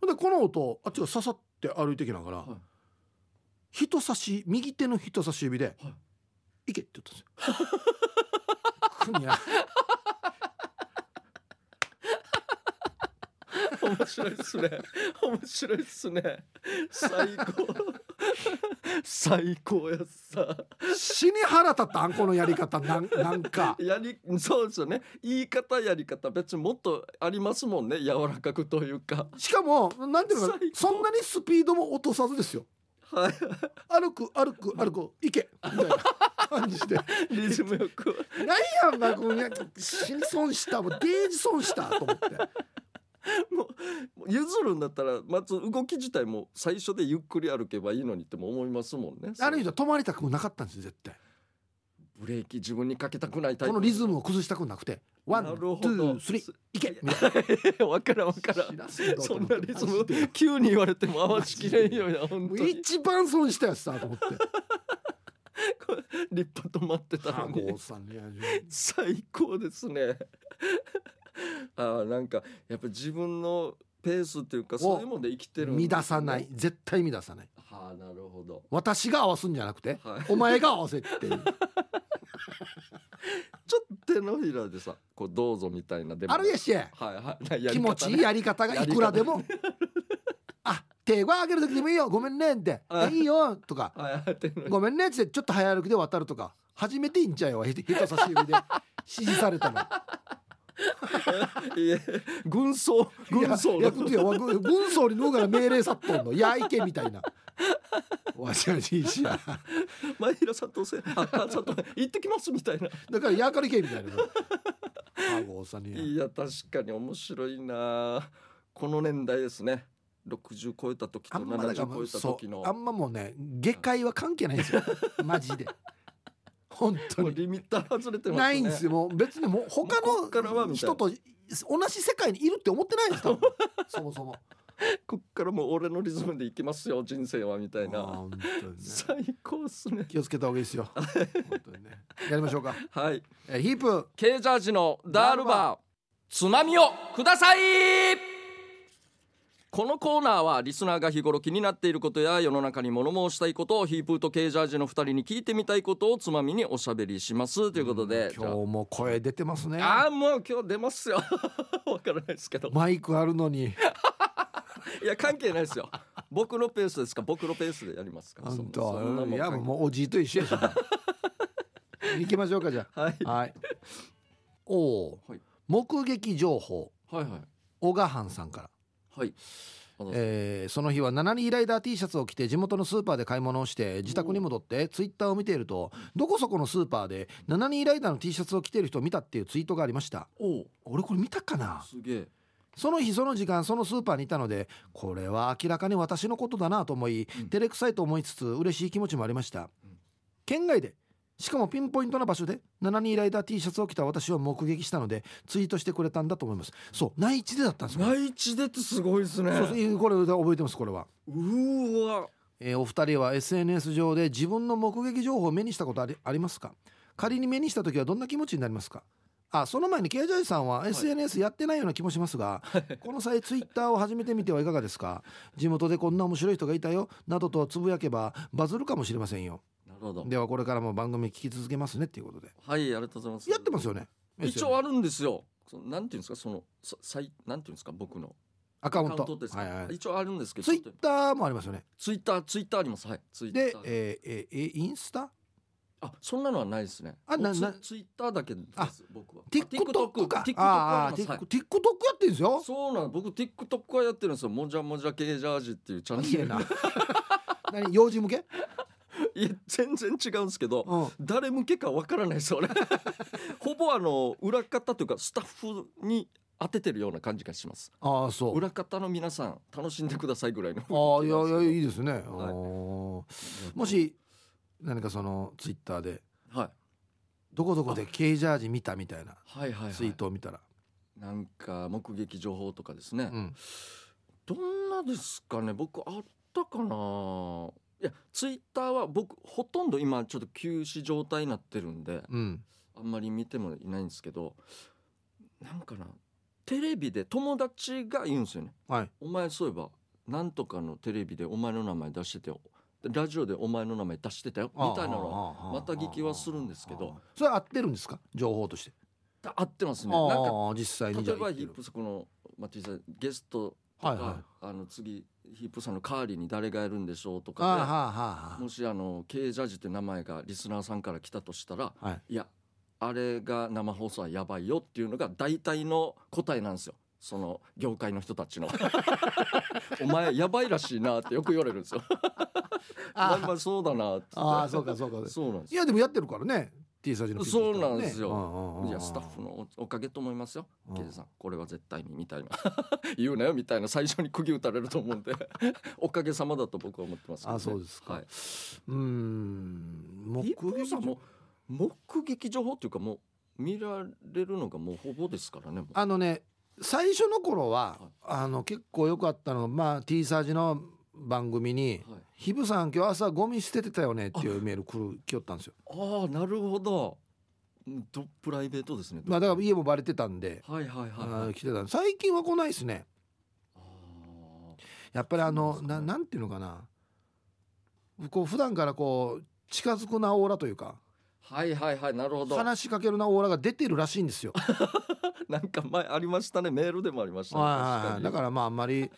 [SPEAKER 2] ほんでこの音あっちがささって歩いてきながら、
[SPEAKER 1] はい
[SPEAKER 2] 人差し右手の人差し指で「、
[SPEAKER 1] はい
[SPEAKER 2] け」って言ったんですよ。くにゃ
[SPEAKER 1] 面白いですね。面白いですね。最高。最高やっさ
[SPEAKER 2] 死に腹立ったあんこのやり方なんなんか
[SPEAKER 1] やりそうですよね言い方やり方別にもっとありますもんね柔らかくというか
[SPEAKER 2] しかもなんていうのかな
[SPEAKER 1] 最高
[SPEAKER 2] そんなにスピードも落とさずですよ
[SPEAKER 1] はい
[SPEAKER 2] 歩く歩く歩く行けみたいな感じで
[SPEAKER 1] リズムよく
[SPEAKER 2] 何やんなこのや死に損したもうデージ損したと思って
[SPEAKER 1] もうもう譲るんだったらまず動き自体も最初でゆっくり歩けばいいのにっても思いますもんね
[SPEAKER 2] ある人は止まりたくもなかったんですよ絶対
[SPEAKER 1] ブレーキ自分にかけたくないタイ
[SPEAKER 2] こ
[SPEAKER 1] プ
[SPEAKER 2] のリズムを崩したくなくてワン
[SPEAKER 1] な
[SPEAKER 2] ツ
[SPEAKER 1] るほど
[SPEAKER 2] ースリー行けみたい
[SPEAKER 1] ムわからんわからん
[SPEAKER 2] な死な
[SPEAKER 1] そ
[SPEAKER 2] そ
[SPEAKER 1] ん
[SPEAKER 2] ん
[SPEAKER 1] な
[SPEAKER 2] な
[SPEAKER 1] リ
[SPEAKER 2] リ
[SPEAKER 1] ズ
[SPEAKER 2] ズ
[SPEAKER 1] ム
[SPEAKER 2] ム
[SPEAKER 1] 急に言われても合わしきれんよな本当に
[SPEAKER 2] 一番損したやつだ と思って
[SPEAKER 1] こう立派止まってたの
[SPEAKER 2] ご
[SPEAKER 1] に
[SPEAKER 2] うさんね
[SPEAKER 1] 最高ですね あーなんかやっぱ自分のペースっていうかそういうもんで生きてるんですね
[SPEAKER 2] 乱さない絶対乱さない
[SPEAKER 1] はあなるほど
[SPEAKER 2] 私が合わすんじゃなくて
[SPEAKER 1] はい
[SPEAKER 2] お前が合わせっていう
[SPEAKER 1] ちょっと手のひらでさこうどうぞみたい なで
[SPEAKER 2] あるやし
[SPEAKER 1] はいはいやり方ね
[SPEAKER 2] 気持ちいいやり方がいくらでもあ手は上げる時でもいいよごめんねんって
[SPEAKER 1] あ
[SPEAKER 2] いいよとか
[SPEAKER 1] はいはい手のひら
[SPEAKER 2] ごめんねっつってちょっと早歩きで渡るとか初めていいんちゃうよ人人差し指で指示されたの
[SPEAKER 1] いえ軍曹軍曹
[SPEAKER 2] いやいやことやわ軍軍曹に脱ぐから命令殺到のいやいけみたいなわしゃじいしや
[SPEAKER 1] 前平さんとせあ佐藤行ってきますみたいな
[SPEAKER 2] だからやかりけみたいなあごさんに
[SPEAKER 1] いや確かに面白いなこの年代ですね60超えた時と
[SPEAKER 2] あんまだか
[SPEAKER 1] 70
[SPEAKER 2] らも
[SPEAKER 1] 超
[SPEAKER 2] う
[SPEAKER 1] えた
[SPEAKER 2] そ
[SPEAKER 1] 時の
[SPEAKER 2] うあんまもうね下界は関係ないんですよマジで本当
[SPEAKER 1] もう
[SPEAKER 2] に
[SPEAKER 1] リミッター外れてますね
[SPEAKER 2] ないんですよもう別にもう他
[SPEAKER 1] もうこっからは
[SPEAKER 2] の
[SPEAKER 1] みたいな
[SPEAKER 2] 人と同じ世界にいるって思ってないんですか そもそも
[SPEAKER 1] こっからもう俺のリズムでいきますよ人生はみたい
[SPEAKER 2] あー
[SPEAKER 1] な
[SPEAKER 2] 本当にね
[SPEAKER 1] 最高っすね
[SPEAKER 2] 気をつけた方がいいですよ。本当にね。やりましょうか。
[SPEAKER 1] はい
[SPEAKER 2] えーヒープ。
[SPEAKER 1] ケージャージのダールバー津波をくださいこのコーナーはリスナーが日頃気になっていることや世の中に物申したいことをヒープーとケージャージの2人に聞いてみたいことをつまみにおしゃべりしますということで、じゃ
[SPEAKER 2] 今日も声出てますね。
[SPEAKER 1] ああーもう今日出ますよわからないですけど
[SPEAKER 2] マイクあるのに。
[SPEAKER 1] いや関係ないで すよ僕のペースですか僕のペースでやりますから
[SPEAKER 2] 本
[SPEAKER 1] そんなそんなも
[SPEAKER 2] 当。
[SPEAKER 1] ん
[SPEAKER 2] いや
[SPEAKER 1] 関係
[SPEAKER 2] もうおじいと一緒や しな。行きましょうかじゃ
[SPEAKER 1] はい
[SPEAKER 2] あ。はい。おお
[SPEAKER 1] はい。
[SPEAKER 2] 目撃情報。
[SPEAKER 1] はいはい
[SPEAKER 2] 小賀藩さんから、
[SPEAKER 1] はいあの
[SPEAKER 2] えーその日は7人ライダー T シャツを着て地元のスーパーで買い物をして自宅に戻ってツイッターを見ているとどこそこのスーパーで7人ライダーの T シャツを着ている人を見たっていうツイートがありました
[SPEAKER 1] おう
[SPEAKER 2] 俺これ見たかな
[SPEAKER 1] すげえ
[SPEAKER 2] その日その時間そのスーパーにいたのでこれは明らかに私のことだなと思い、
[SPEAKER 1] うん
[SPEAKER 2] 照れくさいと思いつつ嬉しい気持ちもありました、
[SPEAKER 1] うん
[SPEAKER 2] 県外でしかもピンポイントな場所で72ライダー T シャツを着た私を目撃したのでツイートしてくれたんだと思いますそう内地でだったんですよ
[SPEAKER 1] 内地でってすごいですね
[SPEAKER 2] そうそうこれ覚えてますこれは、
[SPEAKER 1] うーわ
[SPEAKER 2] えーお二人は SNS 上で自分の目撃情報を目にしたことありありますか仮に目にした時はどんな気持ちになりますかあその前に KJ さんは SNS やってないような気もしますが、この際ツイッターを始めてみてはいかがですか地元でこんな面白い人がいたよなどとつぶやけばバズるかもしれませんよ
[SPEAKER 1] なるほど
[SPEAKER 2] ではこれからも番組聞き続けますねっていうことで
[SPEAKER 1] はいありがとうございます
[SPEAKER 2] やってますよね
[SPEAKER 1] 一応あるんですよそのなんていうんですかそのささいなんていうんですか僕の
[SPEAKER 2] ア
[SPEAKER 1] ア
[SPEAKER 2] カウント
[SPEAKER 1] ですか、
[SPEAKER 2] はいはい、
[SPEAKER 1] 一応あるんですけど
[SPEAKER 2] ツイッターもありますよね
[SPEAKER 1] ツイッターツイッターありますはいツイッター
[SPEAKER 2] で、えーえーえーインスタ
[SPEAKER 1] あそんなのはないですね
[SPEAKER 2] あな
[SPEAKER 1] もうツ
[SPEAKER 2] な
[SPEAKER 1] ツイッターだけです
[SPEAKER 2] あ
[SPEAKER 1] 僕は
[SPEAKER 2] TikTok か
[SPEAKER 1] TikTok あ
[SPEAKER 2] ああ
[SPEAKER 1] りますはい
[SPEAKER 2] TikTok TikTok やってるんですよ
[SPEAKER 1] そうなの僕 TikTok はやってるんですよもじゃもじゃ系ジャージっていうチャン
[SPEAKER 2] いい
[SPEAKER 1] ネ
[SPEAKER 2] え
[SPEAKER 1] ル
[SPEAKER 2] な何幼児向け、
[SPEAKER 1] いや全然違 うんですけど
[SPEAKER 2] うん、
[SPEAKER 1] 誰向けかわからない です俺ほぼあの裏方というかスタッフに当ててるような感じがします
[SPEAKER 2] ああそう
[SPEAKER 1] 裏方の皆さん楽しんでくださいぐらいの
[SPEAKER 2] ああいやいやい
[SPEAKER 1] い
[SPEAKER 2] いですね、
[SPEAKER 1] はい
[SPEAKER 2] おーもし何かそのツイッターで
[SPEAKER 1] はい
[SPEAKER 2] どこどこで K ジャージ見たみたいな
[SPEAKER 1] はいはい、はい、
[SPEAKER 2] ツイートを見たら、
[SPEAKER 1] なんか目撃情報とかですね、
[SPEAKER 2] うん
[SPEAKER 1] どんなですかね僕あったかないやツイッターは僕ほとんど今ちょっと休止状態になってるんで
[SPEAKER 2] うん
[SPEAKER 1] あんまり見てもいないんですけどなんかなテレビで友達が言うんですよね
[SPEAKER 2] はい
[SPEAKER 1] お前そういえばなんとかのテレビでお前の名前出してたよラジオでお前の名前出してたよみたいなのはまた聞きはするんですけど
[SPEAKER 2] ああああそれ合ってるんですか情報として、
[SPEAKER 1] あってますね
[SPEAKER 2] あ
[SPEAKER 1] なんか
[SPEAKER 2] あ実際にじ
[SPEAKER 1] 例
[SPEAKER 2] ゃ
[SPEAKER 1] えば
[SPEAKER 2] あ言って
[SPEAKER 1] ヒッ
[SPEAKER 2] る
[SPEAKER 1] プスこのマティさんゲストとか、
[SPEAKER 2] はいはい
[SPEAKER 1] あの次ヒップさんの代わりに誰がやるんでしょうと
[SPEAKER 2] あーは
[SPEAKER 1] か
[SPEAKER 2] あはあ
[SPEAKER 1] で
[SPEAKER 2] は
[SPEAKER 1] もしあの K ジャージって名前がリスナーさんから来たとしたら
[SPEAKER 2] あはい
[SPEAKER 1] いやあれが生放送はやばいよっていうのが大体の答えなんですよその業界の人たち のお前やばいらしいなってよく言われるん ですよまあ
[SPEAKER 2] あ
[SPEAKER 1] まあそうだなって
[SPEAKER 2] ああーそうかそうか
[SPEAKER 1] そうなんです
[SPEAKER 2] いやでもやってるからね T サージのピッチ
[SPEAKER 1] そうなんですよ
[SPEAKER 2] ねうんうんうんうん
[SPEAKER 1] いやスタッフのおおかげと思いますよ
[SPEAKER 2] うん
[SPEAKER 1] ケイジさんこれは絶対にみたいな 言うなよみたいな最初に釘打たれると思うんで おかげさまだと僕は思ってますけどね
[SPEAKER 2] あそうですか
[SPEAKER 1] はい、
[SPEAKER 2] うーん目
[SPEAKER 1] ヒップ
[SPEAKER 2] 撃
[SPEAKER 1] さ
[SPEAKER 2] 者
[SPEAKER 1] んも目撃情報っていうかもう見られるのがもうほぼですからねもう
[SPEAKER 2] あのね最初の頃は、
[SPEAKER 1] はい
[SPEAKER 2] あの結構良かったのが、まあ、T サージの番組に
[SPEAKER 1] はい
[SPEAKER 2] 「ひぶさん今日朝ゴミ捨ててたよね」っていうメール来る来よったんですよ。
[SPEAKER 1] ああなるほどうんどプライベートですね
[SPEAKER 2] まあ、だから家もバレてたんで、
[SPEAKER 1] はいはいはい
[SPEAKER 2] あ
[SPEAKER 1] は
[SPEAKER 2] ー
[SPEAKER 1] い
[SPEAKER 2] 来てた最近は来ないですね。
[SPEAKER 1] あ
[SPEAKER 2] やっぱりあの
[SPEAKER 1] そうですね
[SPEAKER 2] ななんていうのかなこう普段からこう近づくなオーラというか
[SPEAKER 1] ーはいはいはいなるほど
[SPEAKER 2] 話しかけるなオーラが出てるらしいんですよ。
[SPEAKER 1] なんか前ありましたねメールでもありましたね
[SPEAKER 2] はいはいはいだ
[SPEAKER 1] 確
[SPEAKER 2] からまああんまり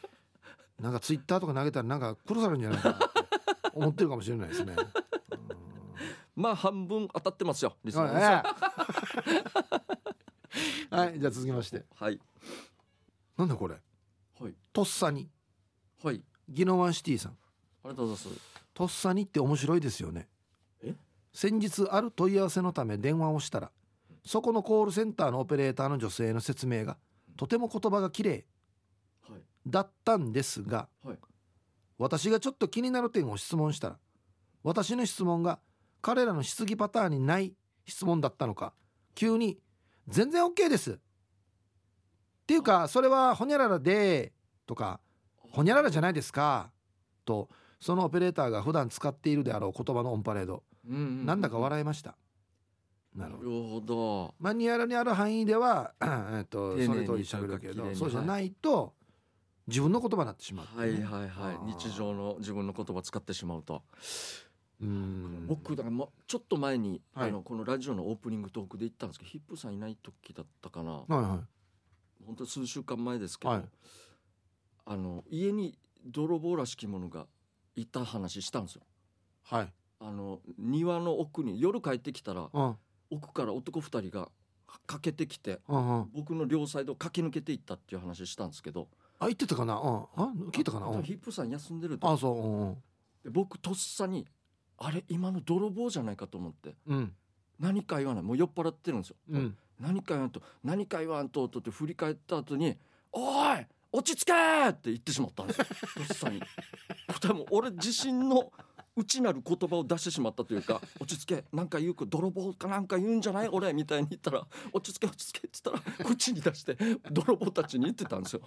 [SPEAKER 2] なんかツイッターとか投げたらなんか殺されるんじゃないかなって思ってるかもしれないですね。
[SPEAKER 1] にまあ半分当たってますよリスナーさん
[SPEAKER 2] はい、はい、じゃあ続きまして
[SPEAKER 1] はい
[SPEAKER 2] なんだこれ
[SPEAKER 1] はい
[SPEAKER 2] とっさに
[SPEAKER 1] はい
[SPEAKER 2] ギノワンシティさん
[SPEAKER 1] ありがとうございます
[SPEAKER 2] とっさにって面白いですよね
[SPEAKER 1] え
[SPEAKER 2] 先日ある問い合わせのため電話をしたらそこのコールセンターのオペレーターの女性の説明がとても言葉が綺麗
[SPEAKER 1] はい
[SPEAKER 2] だったんですが、
[SPEAKER 1] はい
[SPEAKER 2] 私がちょっと気になる点を質問したら私の質問が彼らの質疑パターンにない質問だったのか急に「全然 OK です」っていうか「それはほにゃららで」とか「ほにゃららじゃないですか」とそのオペレーターが普段使っているであろう言葉のオンパレード、
[SPEAKER 1] うんうん
[SPEAKER 2] なんだか笑いました。な
[SPEAKER 1] な
[SPEAKER 2] る
[SPEAKER 1] るほ
[SPEAKER 2] ほど
[SPEAKER 1] ど
[SPEAKER 2] マニュアルにある範囲では、 えっと、
[SPEAKER 1] 丁寧に
[SPEAKER 2] それ通り喋るけ
[SPEAKER 1] というか綺麗
[SPEAKER 2] ど
[SPEAKER 1] に
[SPEAKER 2] そうじゃないと自分の言葉になってしまう、
[SPEAKER 1] はいはいは
[SPEAKER 2] あ
[SPEAKER 1] い
[SPEAKER 2] ー
[SPEAKER 1] 日常の自分の言葉使ってしまうと
[SPEAKER 2] うん
[SPEAKER 1] 僕だからもうちょっと前に
[SPEAKER 2] はい
[SPEAKER 1] あのこのラジオのオープニングトークで言ったんですけどヒップさんいない時だったかな
[SPEAKER 2] はいは
[SPEAKER 1] 本当数週間前ですけど、
[SPEAKER 2] はい
[SPEAKER 1] あの家に泥棒らしきものがいた話したんですよ
[SPEAKER 2] いはい
[SPEAKER 1] あの庭の奥に夜帰ってきたら
[SPEAKER 2] うん
[SPEAKER 1] 奥から男2人がかかけてきて
[SPEAKER 2] うんうん
[SPEAKER 1] 僕の両サイドを駆け抜けていったっていう話したんですけど
[SPEAKER 2] あ言ってたかなうんあ聞いたかな
[SPEAKER 1] あ多
[SPEAKER 2] う
[SPEAKER 1] 分
[SPEAKER 2] ん
[SPEAKER 1] ヒップさん休んでると
[SPEAKER 2] あそううん
[SPEAKER 1] で僕とっさにあれ今の泥棒じゃないかと思って
[SPEAKER 2] うん
[SPEAKER 1] 何か言わないもう酔っ払ってるんですよ、
[SPEAKER 2] うんうん
[SPEAKER 1] 何か言わんと何か言わんととって振り返った後に「おい落ち着け!」って言ってしまったんですよとっさに多分俺自身の内なる言葉を出してしまったというか「落ち着けなんか言う子泥棒かなんか言うんじゃない俺」みたいに言ったら「落ち着け落ち着け」って言ったら口に出して泥棒たちに言ってたんですよ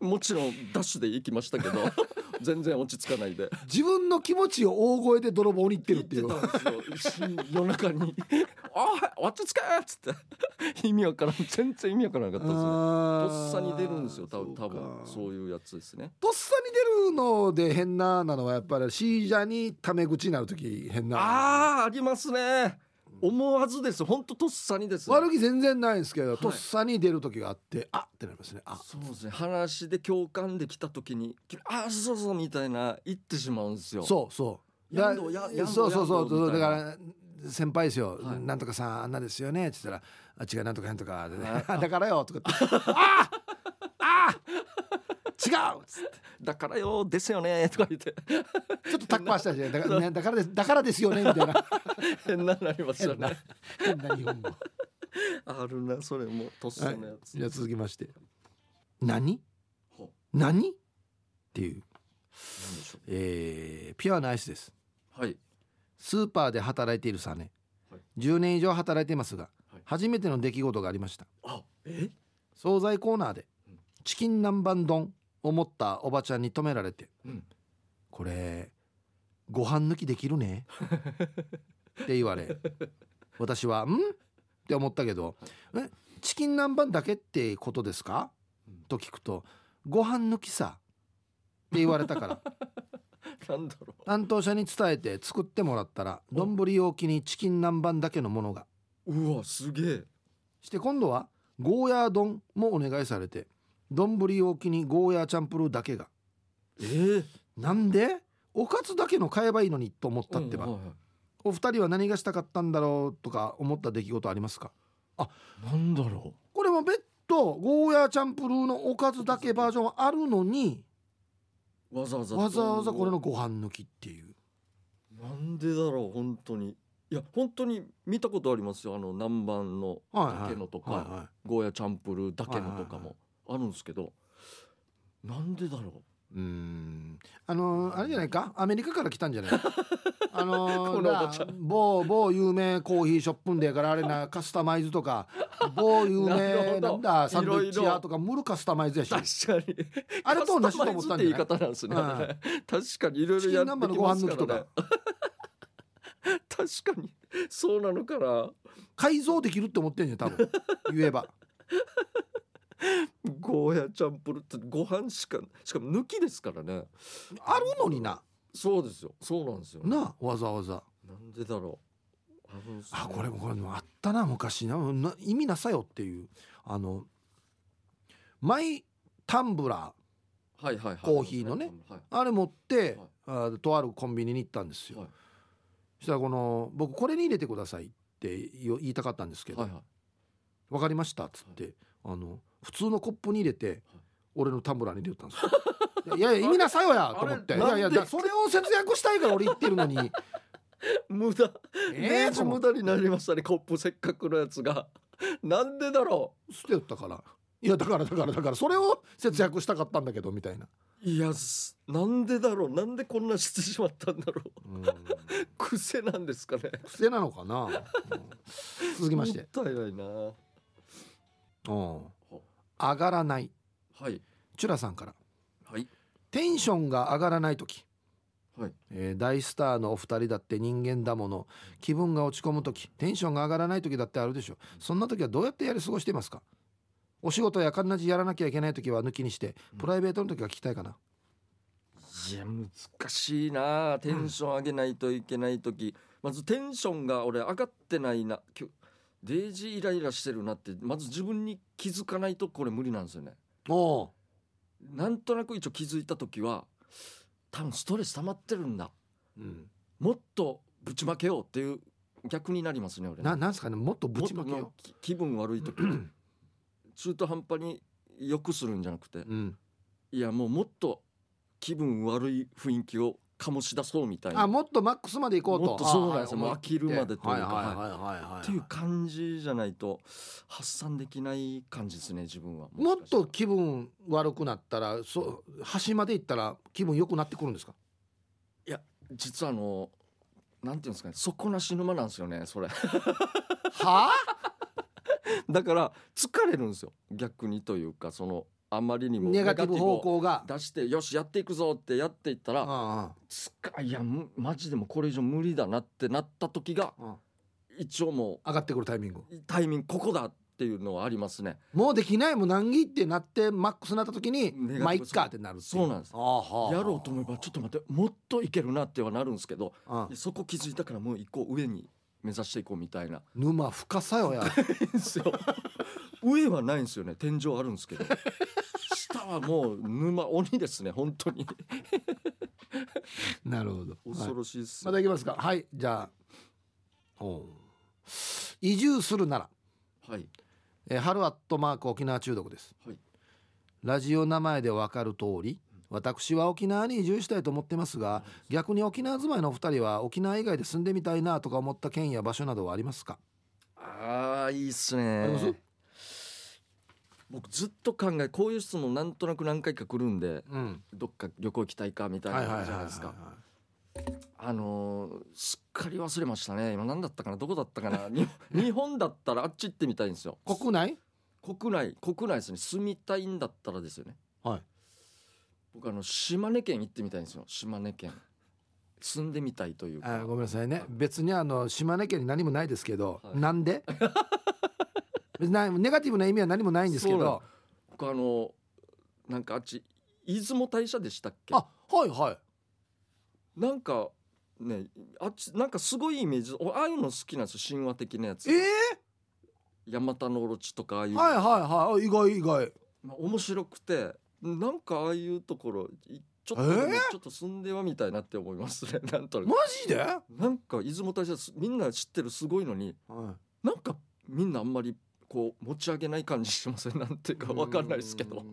[SPEAKER 1] もちろんダッシュで行きましたけど全然落ち着かないで
[SPEAKER 2] 自分の気持ちを大声で泥棒に言ってるっていう
[SPEAKER 1] 言ってたんですよし夜中 に「おい落ち着け!」っつって意味わからん全然意味わからなかったですね
[SPEAKER 2] あー
[SPEAKER 1] とっさに出るんですよ多分
[SPEAKER 2] そ
[SPEAKER 1] 多
[SPEAKER 2] うか
[SPEAKER 1] 分そういうやつですね
[SPEAKER 2] とっさに出るので変ななのはやっぱりシージャーにタメ口になる時変
[SPEAKER 1] あ
[SPEAKER 2] な
[SPEAKER 1] ーありますね思わずです本当とっさにです
[SPEAKER 2] 悪気全然ないんですけど、
[SPEAKER 1] はい
[SPEAKER 2] とっさに出る時があってあってなりますねあ
[SPEAKER 1] そうですね話で共感できた時に「ああそうそう」みたいな言ってしまうんですよ
[SPEAKER 2] そうそう
[SPEAKER 1] やんどややんど
[SPEAKER 2] そうそうそう
[SPEAKER 1] やんどみた
[SPEAKER 2] だ
[SPEAKER 1] いな
[SPEAKER 2] から先輩ですよ、
[SPEAKER 1] はい
[SPEAKER 2] なんとかさんあんなですよねって言ったら「あ違うなんとかなんとか」
[SPEAKER 1] は
[SPEAKER 2] だからよ」とかって「あああ違う!」ち
[SPEAKER 1] だからよですよね」とか言って
[SPEAKER 2] ょっとタッパーしたりして「だから,、ね、だからですだからですよね」みたい な
[SPEAKER 1] 変なのありますよ
[SPEAKER 2] 変な
[SPEAKER 1] ね
[SPEAKER 2] 変な日本語、
[SPEAKER 1] あるなそれもとっ
[SPEAKER 2] は
[SPEAKER 1] さ
[SPEAKER 2] い
[SPEAKER 1] のや、つ、
[SPEAKER 2] じゃあ続きまして「何
[SPEAKER 1] ほ
[SPEAKER 2] 何?」ってい
[SPEAKER 1] な
[SPEAKER 2] う、
[SPEAKER 1] んでしょ
[SPEAKER 2] えーピュアなアイスです
[SPEAKER 1] うはい
[SPEAKER 2] スーパーで働いているさね、
[SPEAKER 1] はい
[SPEAKER 2] 10年以上働いていますが、
[SPEAKER 1] はい
[SPEAKER 2] 初めての出来事がありました
[SPEAKER 1] あえ
[SPEAKER 2] 惣菜コーナーで
[SPEAKER 1] うん
[SPEAKER 2] チキン南蛮丼を持ったおばちゃんに止められて
[SPEAKER 1] うん
[SPEAKER 2] 「これご飯抜きでき るね」って言われ私は「ん?」って思ったけど「えチキン南蛮だけってことですか?
[SPEAKER 1] うん」
[SPEAKER 2] と聞くと「ご飯抜きさ」って言われたから
[SPEAKER 1] なんだろ
[SPEAKER 2] 担当者に伝えて作ってもらったら丼容器にチキン南蛮だけのものが
[SPEAKER 1] ううわすげえ
[SPEAKER 2] して今度はゴーヤー丼もお願いされて丼を置きにゴーヤーチャンプルーだけが
[SPEAKER 1] えー、
[SPEAKER 2] なんでおかずだけの買えばいいのにと思ったってば、
[SPEAKER 1] うんはいは
[SPEAKER 2] お二人は何がしたかったんだろうとか思った出来事ありますか
[SPEAKER 1] いなんだろ
[SPEAKER 2] これも別途ゴーヤーチャンプルーのおかずだけバージョンあるのに
[SPEAKER 1] うわざわざ
[SPEAKER 2] わざわざこれのご飯抜きっていう
[SPEAKER 1] なんでだろう本当にいや本当に見たことありますよあの南蛮の
[SPEAKER 2] はいはい
[SPEAKER 1] だけのとか、
[SPEAKER 2] はいはい
[SPEAKER 1] ゴーヤチャンプルーだけのとか
[SPEAKER 2] はいはいは
[SPEAKER 1] もあるんですけど、なんでだろ
[SPEAKER 2] うーんあのーあれじゃないかアメリカから来たん じゃないあの
[SPEAKER 1] この
[SPEAKER 2] ー
[SPEAKER 1] おばちゃん
[SPEAKER 2] な某某有名コーヒーショップんでやからあれ なカスタマイズとか某有
[SPEAKER 1] なるほど
[SPEAKER 2] 名なんだサンドイッ
[SPEAKER 1] い
[SPEAKER 2] チ
[SPEAKER 1] ろい
[SPEAKER 2] 屋
[SPEAKER 1] ろ
[SPEAKER 2] とか無ルカスタマイズや
[SPEAKER 1] う
[SPEAKER 2] し
[SPEAKER 1] 確かに
[SPEAKER 2] あれと同じと思ったんじゃない
[SPEAKER 1] カスタマイズって言い方なんですね、
[SPEAKER 2] うん
[SPEAKER 1] あれね確かにいろい
[SPEAKER 2] チ
[SPEAKER 1] ろ
[SPEAKER 2] キン
[SPEAKER 1] や
[SPEAKER 2] 南蛮
[SPEAKER 1] って
[SPEAKER 2] の
[SPEAKER 1] き
[SPEAKER 2] ご
[SPEAKER 1] ま
[SPEAKER 2] 飯
[SPEAKER 1] す
[SPEAKER 2] 抜
[SPEAKER 1] か
[SPEAKER 2] きと
[SPEAKER 1] ら
[SPEAKER 2] か
[SPEAKER 1] ね確かにそうなのかな
[SPEAKER 2] 改造できるって思ってんじゃん多分言えば
[SPEAKER 1] ゴーヤチャンプルーってご飯しかしかも抜きですからね
[SPEAKER 2] あるのにな
[SPEAKER 1] そうですよそうなんですよね、
[SPEAKER 2] なあわざわざ
[SPEAKER 1] なんでだろうあるんすね
[SPEAKER 2] あこれもこれもあったな昔なな意味なさよっていうあのマイタンブラー
[SPEAKER 1] はいはいはい、
[SPEAKER 2] コーヒーのね
[SPEAKER 1] はい
[SPEAKER 2] あれ持って、
[SPEAKER 1] はい
[SPEAKER 2] あとあるコンビニに行ったんですよ、
[SPEAKER 1] はい
[SPEAKER 2] そしたらこの「僕これに入れてください」って言いたかったんですけど「わ
[SPEAKER 1] はいはい
[SPEAKER 2] かりました」っつって、あの普通のコップに入れて、俺のタンブラーに入れたんですよ いやいや意味なさよやと思ってい
[SPEAKER 1] あれ
[SPEAKER 2] やいや
[SPEAKER 1] なんで
[SPEAKER 2] だそれを節約したいから俺言ってる のに
[SPEAKER 1] 無駄
[SPEAKER 2] え
[SPEAKER 1] 明
[SPEAKER 2] ーと
[SPEAKER 1] 治
[SPEAKER 2] 思
[SPEAKER 1] 無
[SPEAKER 2] っ
[SPEAKER 1] 駄になりましたねコップせっかくのやつが なんでだろ
[SPEAKER 2] て捨てたからいやだからだからだからそれを節約したかったんだけどみたいな、
[SPEAKER 1] ういやすなんでだろうなんでこんなしてしまったんだろう
[SPEAKER 2] うん、
[SPEAKER 1] 癖なんですかね
[SPEAKER 2] 癖なのかな、うん続きまして
[SPEAKER 1] もったいないなは
[SPEAKER 2] うん上がらない
[SPEAKER 1] い
[SPEAKER 2] チュラさんから
[SPEAKER 1] はい
[SPEAKER 2] テンションが上がらない時、
[SPEAKER 1] はい
[SPEAKER 2] えー大スターのお二人だって人間だもの気分が落ち込む時テンションが上がらない時だってあるでしょそんな時はどうやってやり過ごしていますかお仕事やかんなじやらなきゃいけない時は抜きにして
[SPEAKER 1] うん
[SPEAKER 2] プライベートの時は聞きたいかな、
[SPEAKER 1] いや難しいなテンション上げないといけない時、まずテンションが俺上がってないなきょデイジーイライラしてるなってまず自分に気づかないとこれ無理なんですよね
[SPEAKER 2] おう
[SPEAKER 1] なんとなく一応気づいた時は多分ストレス溜まってるんだ
[SPEAKER 2] うん、
[SPEAKER 1] もっとぶちまけようっていう逆になりますね俺ね
[SPEAKER 2] ななんすかねもっとぶ
[SPEAKER 1] もっ
[SPEAKER 2] ち
[SPEAKER 1] と
[SPEAKER 2] まけよ
[SPEAKER 1] き気分悪い時 中途半端に良くするんじゃなくて、
[SPEAKER 2] う、うん、
[SPEAKER 1] いやもうもっと気分悪い雰囲気を醸し出そうみたいな
[SPEAKER 2] あもっとマックスまで行こうと
[SPEAKER 1] もっとそうなんですよ
[SPEAKER 2] あはい
[SPEAKER 1] もう飽きるまでというか
[SPEAKER 2] はいはいはいはいはい
[SPEAKER 1] っていう感じじゃないと発散できない感じですね自分は
[SPEAKER 2] もっ
[SPEAKER 1] しかしたら
[SPEAKER 2] と気分悪くなったらそう端まで行ったら気分良くなってくるんですか
[SPEAKER 1] 実はあのなんていうんですかね底なし沼なんですよねそれ
[SPEAKER 2] は
[SPEAKER 1] だから疲れるんですよ逆にというかそのあまりにも
[SPEAKER 2] ネガティブ方
[SPEAKER 1] ネ
[SPEAKER 2] 向が
[SPEAKER 1] ガ。ティブを出してよしやっていくぞってやっていったら
[SPEAKER 2] あ
[SPEAKER 1] つかいやむマジでもうこれ以上無理だなってなった時が
[SPEAKER 2] あ
[SPEAKER 1] 一応も
[SPEAKER 2] 上がってくるタイミング。
[SPEAKER 1] うタイミングここだっていうのはありますね
[SPEAKER 2] もうできないもう難儀ってなってマックスになった時
[SPEAKER 1] ネガ
[SPEAKER 2] に
[SPEAKER 1] ティブ
[SPEAKER 2] まあいっかってなるってい
[SPEAKER 1] そうなんです
[SPEAKER 2] ああはあ
[SPEAKER 1] やろうと思えばちょっと待ってもっといけるなってはなるんですけど
[SPEAKER 2] ああ
[SPEAKER 1] そこ気づいたからもう一個上に目指していこうみたいな
[SPEAKER 2] 沼深さよや。
[SPEAKER 1] ですよ 上はないんですよね天井あるんですけど下はもう沼鬼ですね本当に
[SPEAKER 2] なるほど。はい
[SPEAKER 1] 恐ろしいっす
[SPEAKER 2] ま
[SPEAKER 1] よ、
[SPEAKER 2] たいきますか。はいじゃあ。おう移住するなら、
[SPEAKER 1] はい
[SPEAKER 2] えー、春アットマーク沖縄中毒です。
[SPEAKER 1] はい
[SPEAKER 2] ラジオ名前でわかる通り私は沖縄に移住したいと思ってますが逆に沖縄住まいのお二人は沖縄以外で住んでみたいなとか思った県や場所などはありますか
[SPEAKER 1] あーいいっす
[SPEAKER 2] あり
[SPEAKER 1] ね
[SPEAKER 2] ます
[SPEAKER 1] 僕ずっと考えこういう質問なんとなく何回か来るんで
[SPEAKER 2] うん
[SPEAKER 1] どっか旅行行きたいかみたいな感じじゃないですかあのーすっかり忘れましたね今何だったかなどこだったかなに日本だったらあっち行ってみたいんですよ
[SPEAKER 2] 国内
[SPEAKER 1] 国内国内ですね住みたいんだったらですよね
[SPEAKER 2] はい
[SPEAKER 1] 僕あの島根県行ってみたいんですよ島根県住んでみたいという
[SPEAKER 2] あ
[SPEAKER 1] か
[SPEAKER 2] ごめんなさいね別にあの島根県に何もないですけど、
[SPEAKER 1] はい
[SPEAKER 2] なんで 別にないネガティブな意味は何もないんですけ
[SPEAKER 1] そうなん
[SPEAKER 2] ど
[SPEAKER 1] 僕あのなんかあっち出雲大社でしたっけ
[SPEAKER 2] あはいはい
[SPEAKER 1] なんかねあっちなんかすごいイメージおああいうの好きなんですよ神話的なやつ
[SPEAKER 2] え
[SPEAKER 1] ヤマタノオロチとかああい
[SPEAKER 2] え
[SPEAKER 1] う
[SPEAKER 2] はいはいはいあ意外意外
[SPEAKER 1] まあ、面白くてなんかああいうところいちょっとでも、
[SPEAKER 2] えー
[SPEAKER 1] ちょっと住んではみたいなって思いますねなんとな
[SPEAKER 2] マ
[SPEAKER 1] く
[SPEAKER 2] ジで、は
[SPEAKER 1] なんか出雲大社すみんな知ってるすごいのになんかみんなあんまりこう持ち上げない感じしませんなんていうかわかんないですけど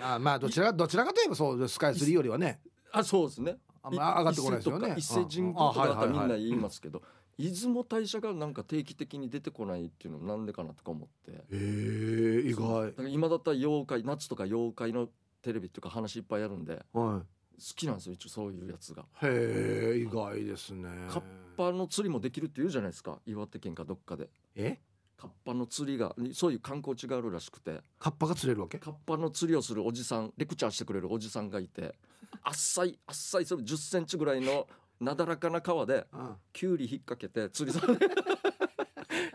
[SPEAKER 2] あまあどちらどちらかといえばそうスカイツリーよりはね
[SPEAKER 1] あそうですね
[SPEAKER 2] あんま上がってこないですよね
[SPEAKER 1] 伊勢とか伊勢神宮とかだったらみんな言いますけど、出雲大社がなんか定期的に出てこないっていうのもなんでかなとか思って
[SPEAKER 2] えー、意
[SPEAKER 1] そう
[SPEAKER 2] 外
[SPEAKER 1] だから今だったら妖怪夏とか妖怪のテレビっていうか話いっぱいやるんで
[SPEAKER 2] はい
[SPEAKER 1] 好きなんですよ一応そういうやつが。
[SPEAKER 2] へえ意外ですね
[SPEAKER 1] カッカッパの釣りもできるって言うじゃないですか岩手県かどっかで
[SPEAKER 2] え
[SPEAKER 1] カッパの釣りがそういう観光地があるらしくて
[SPEAKER 2] カッパが釣れるわけ
[SPEAKER 1] カッパの釣りをするおじさんレクチャーしてくれるおじさんがいてあっさいあっさいそれ1 0ンチぐらいのなだらかな川で
[SPEAKER 2] うん
[SPEAKER 1] キュウリ引っ掛けて釣りされ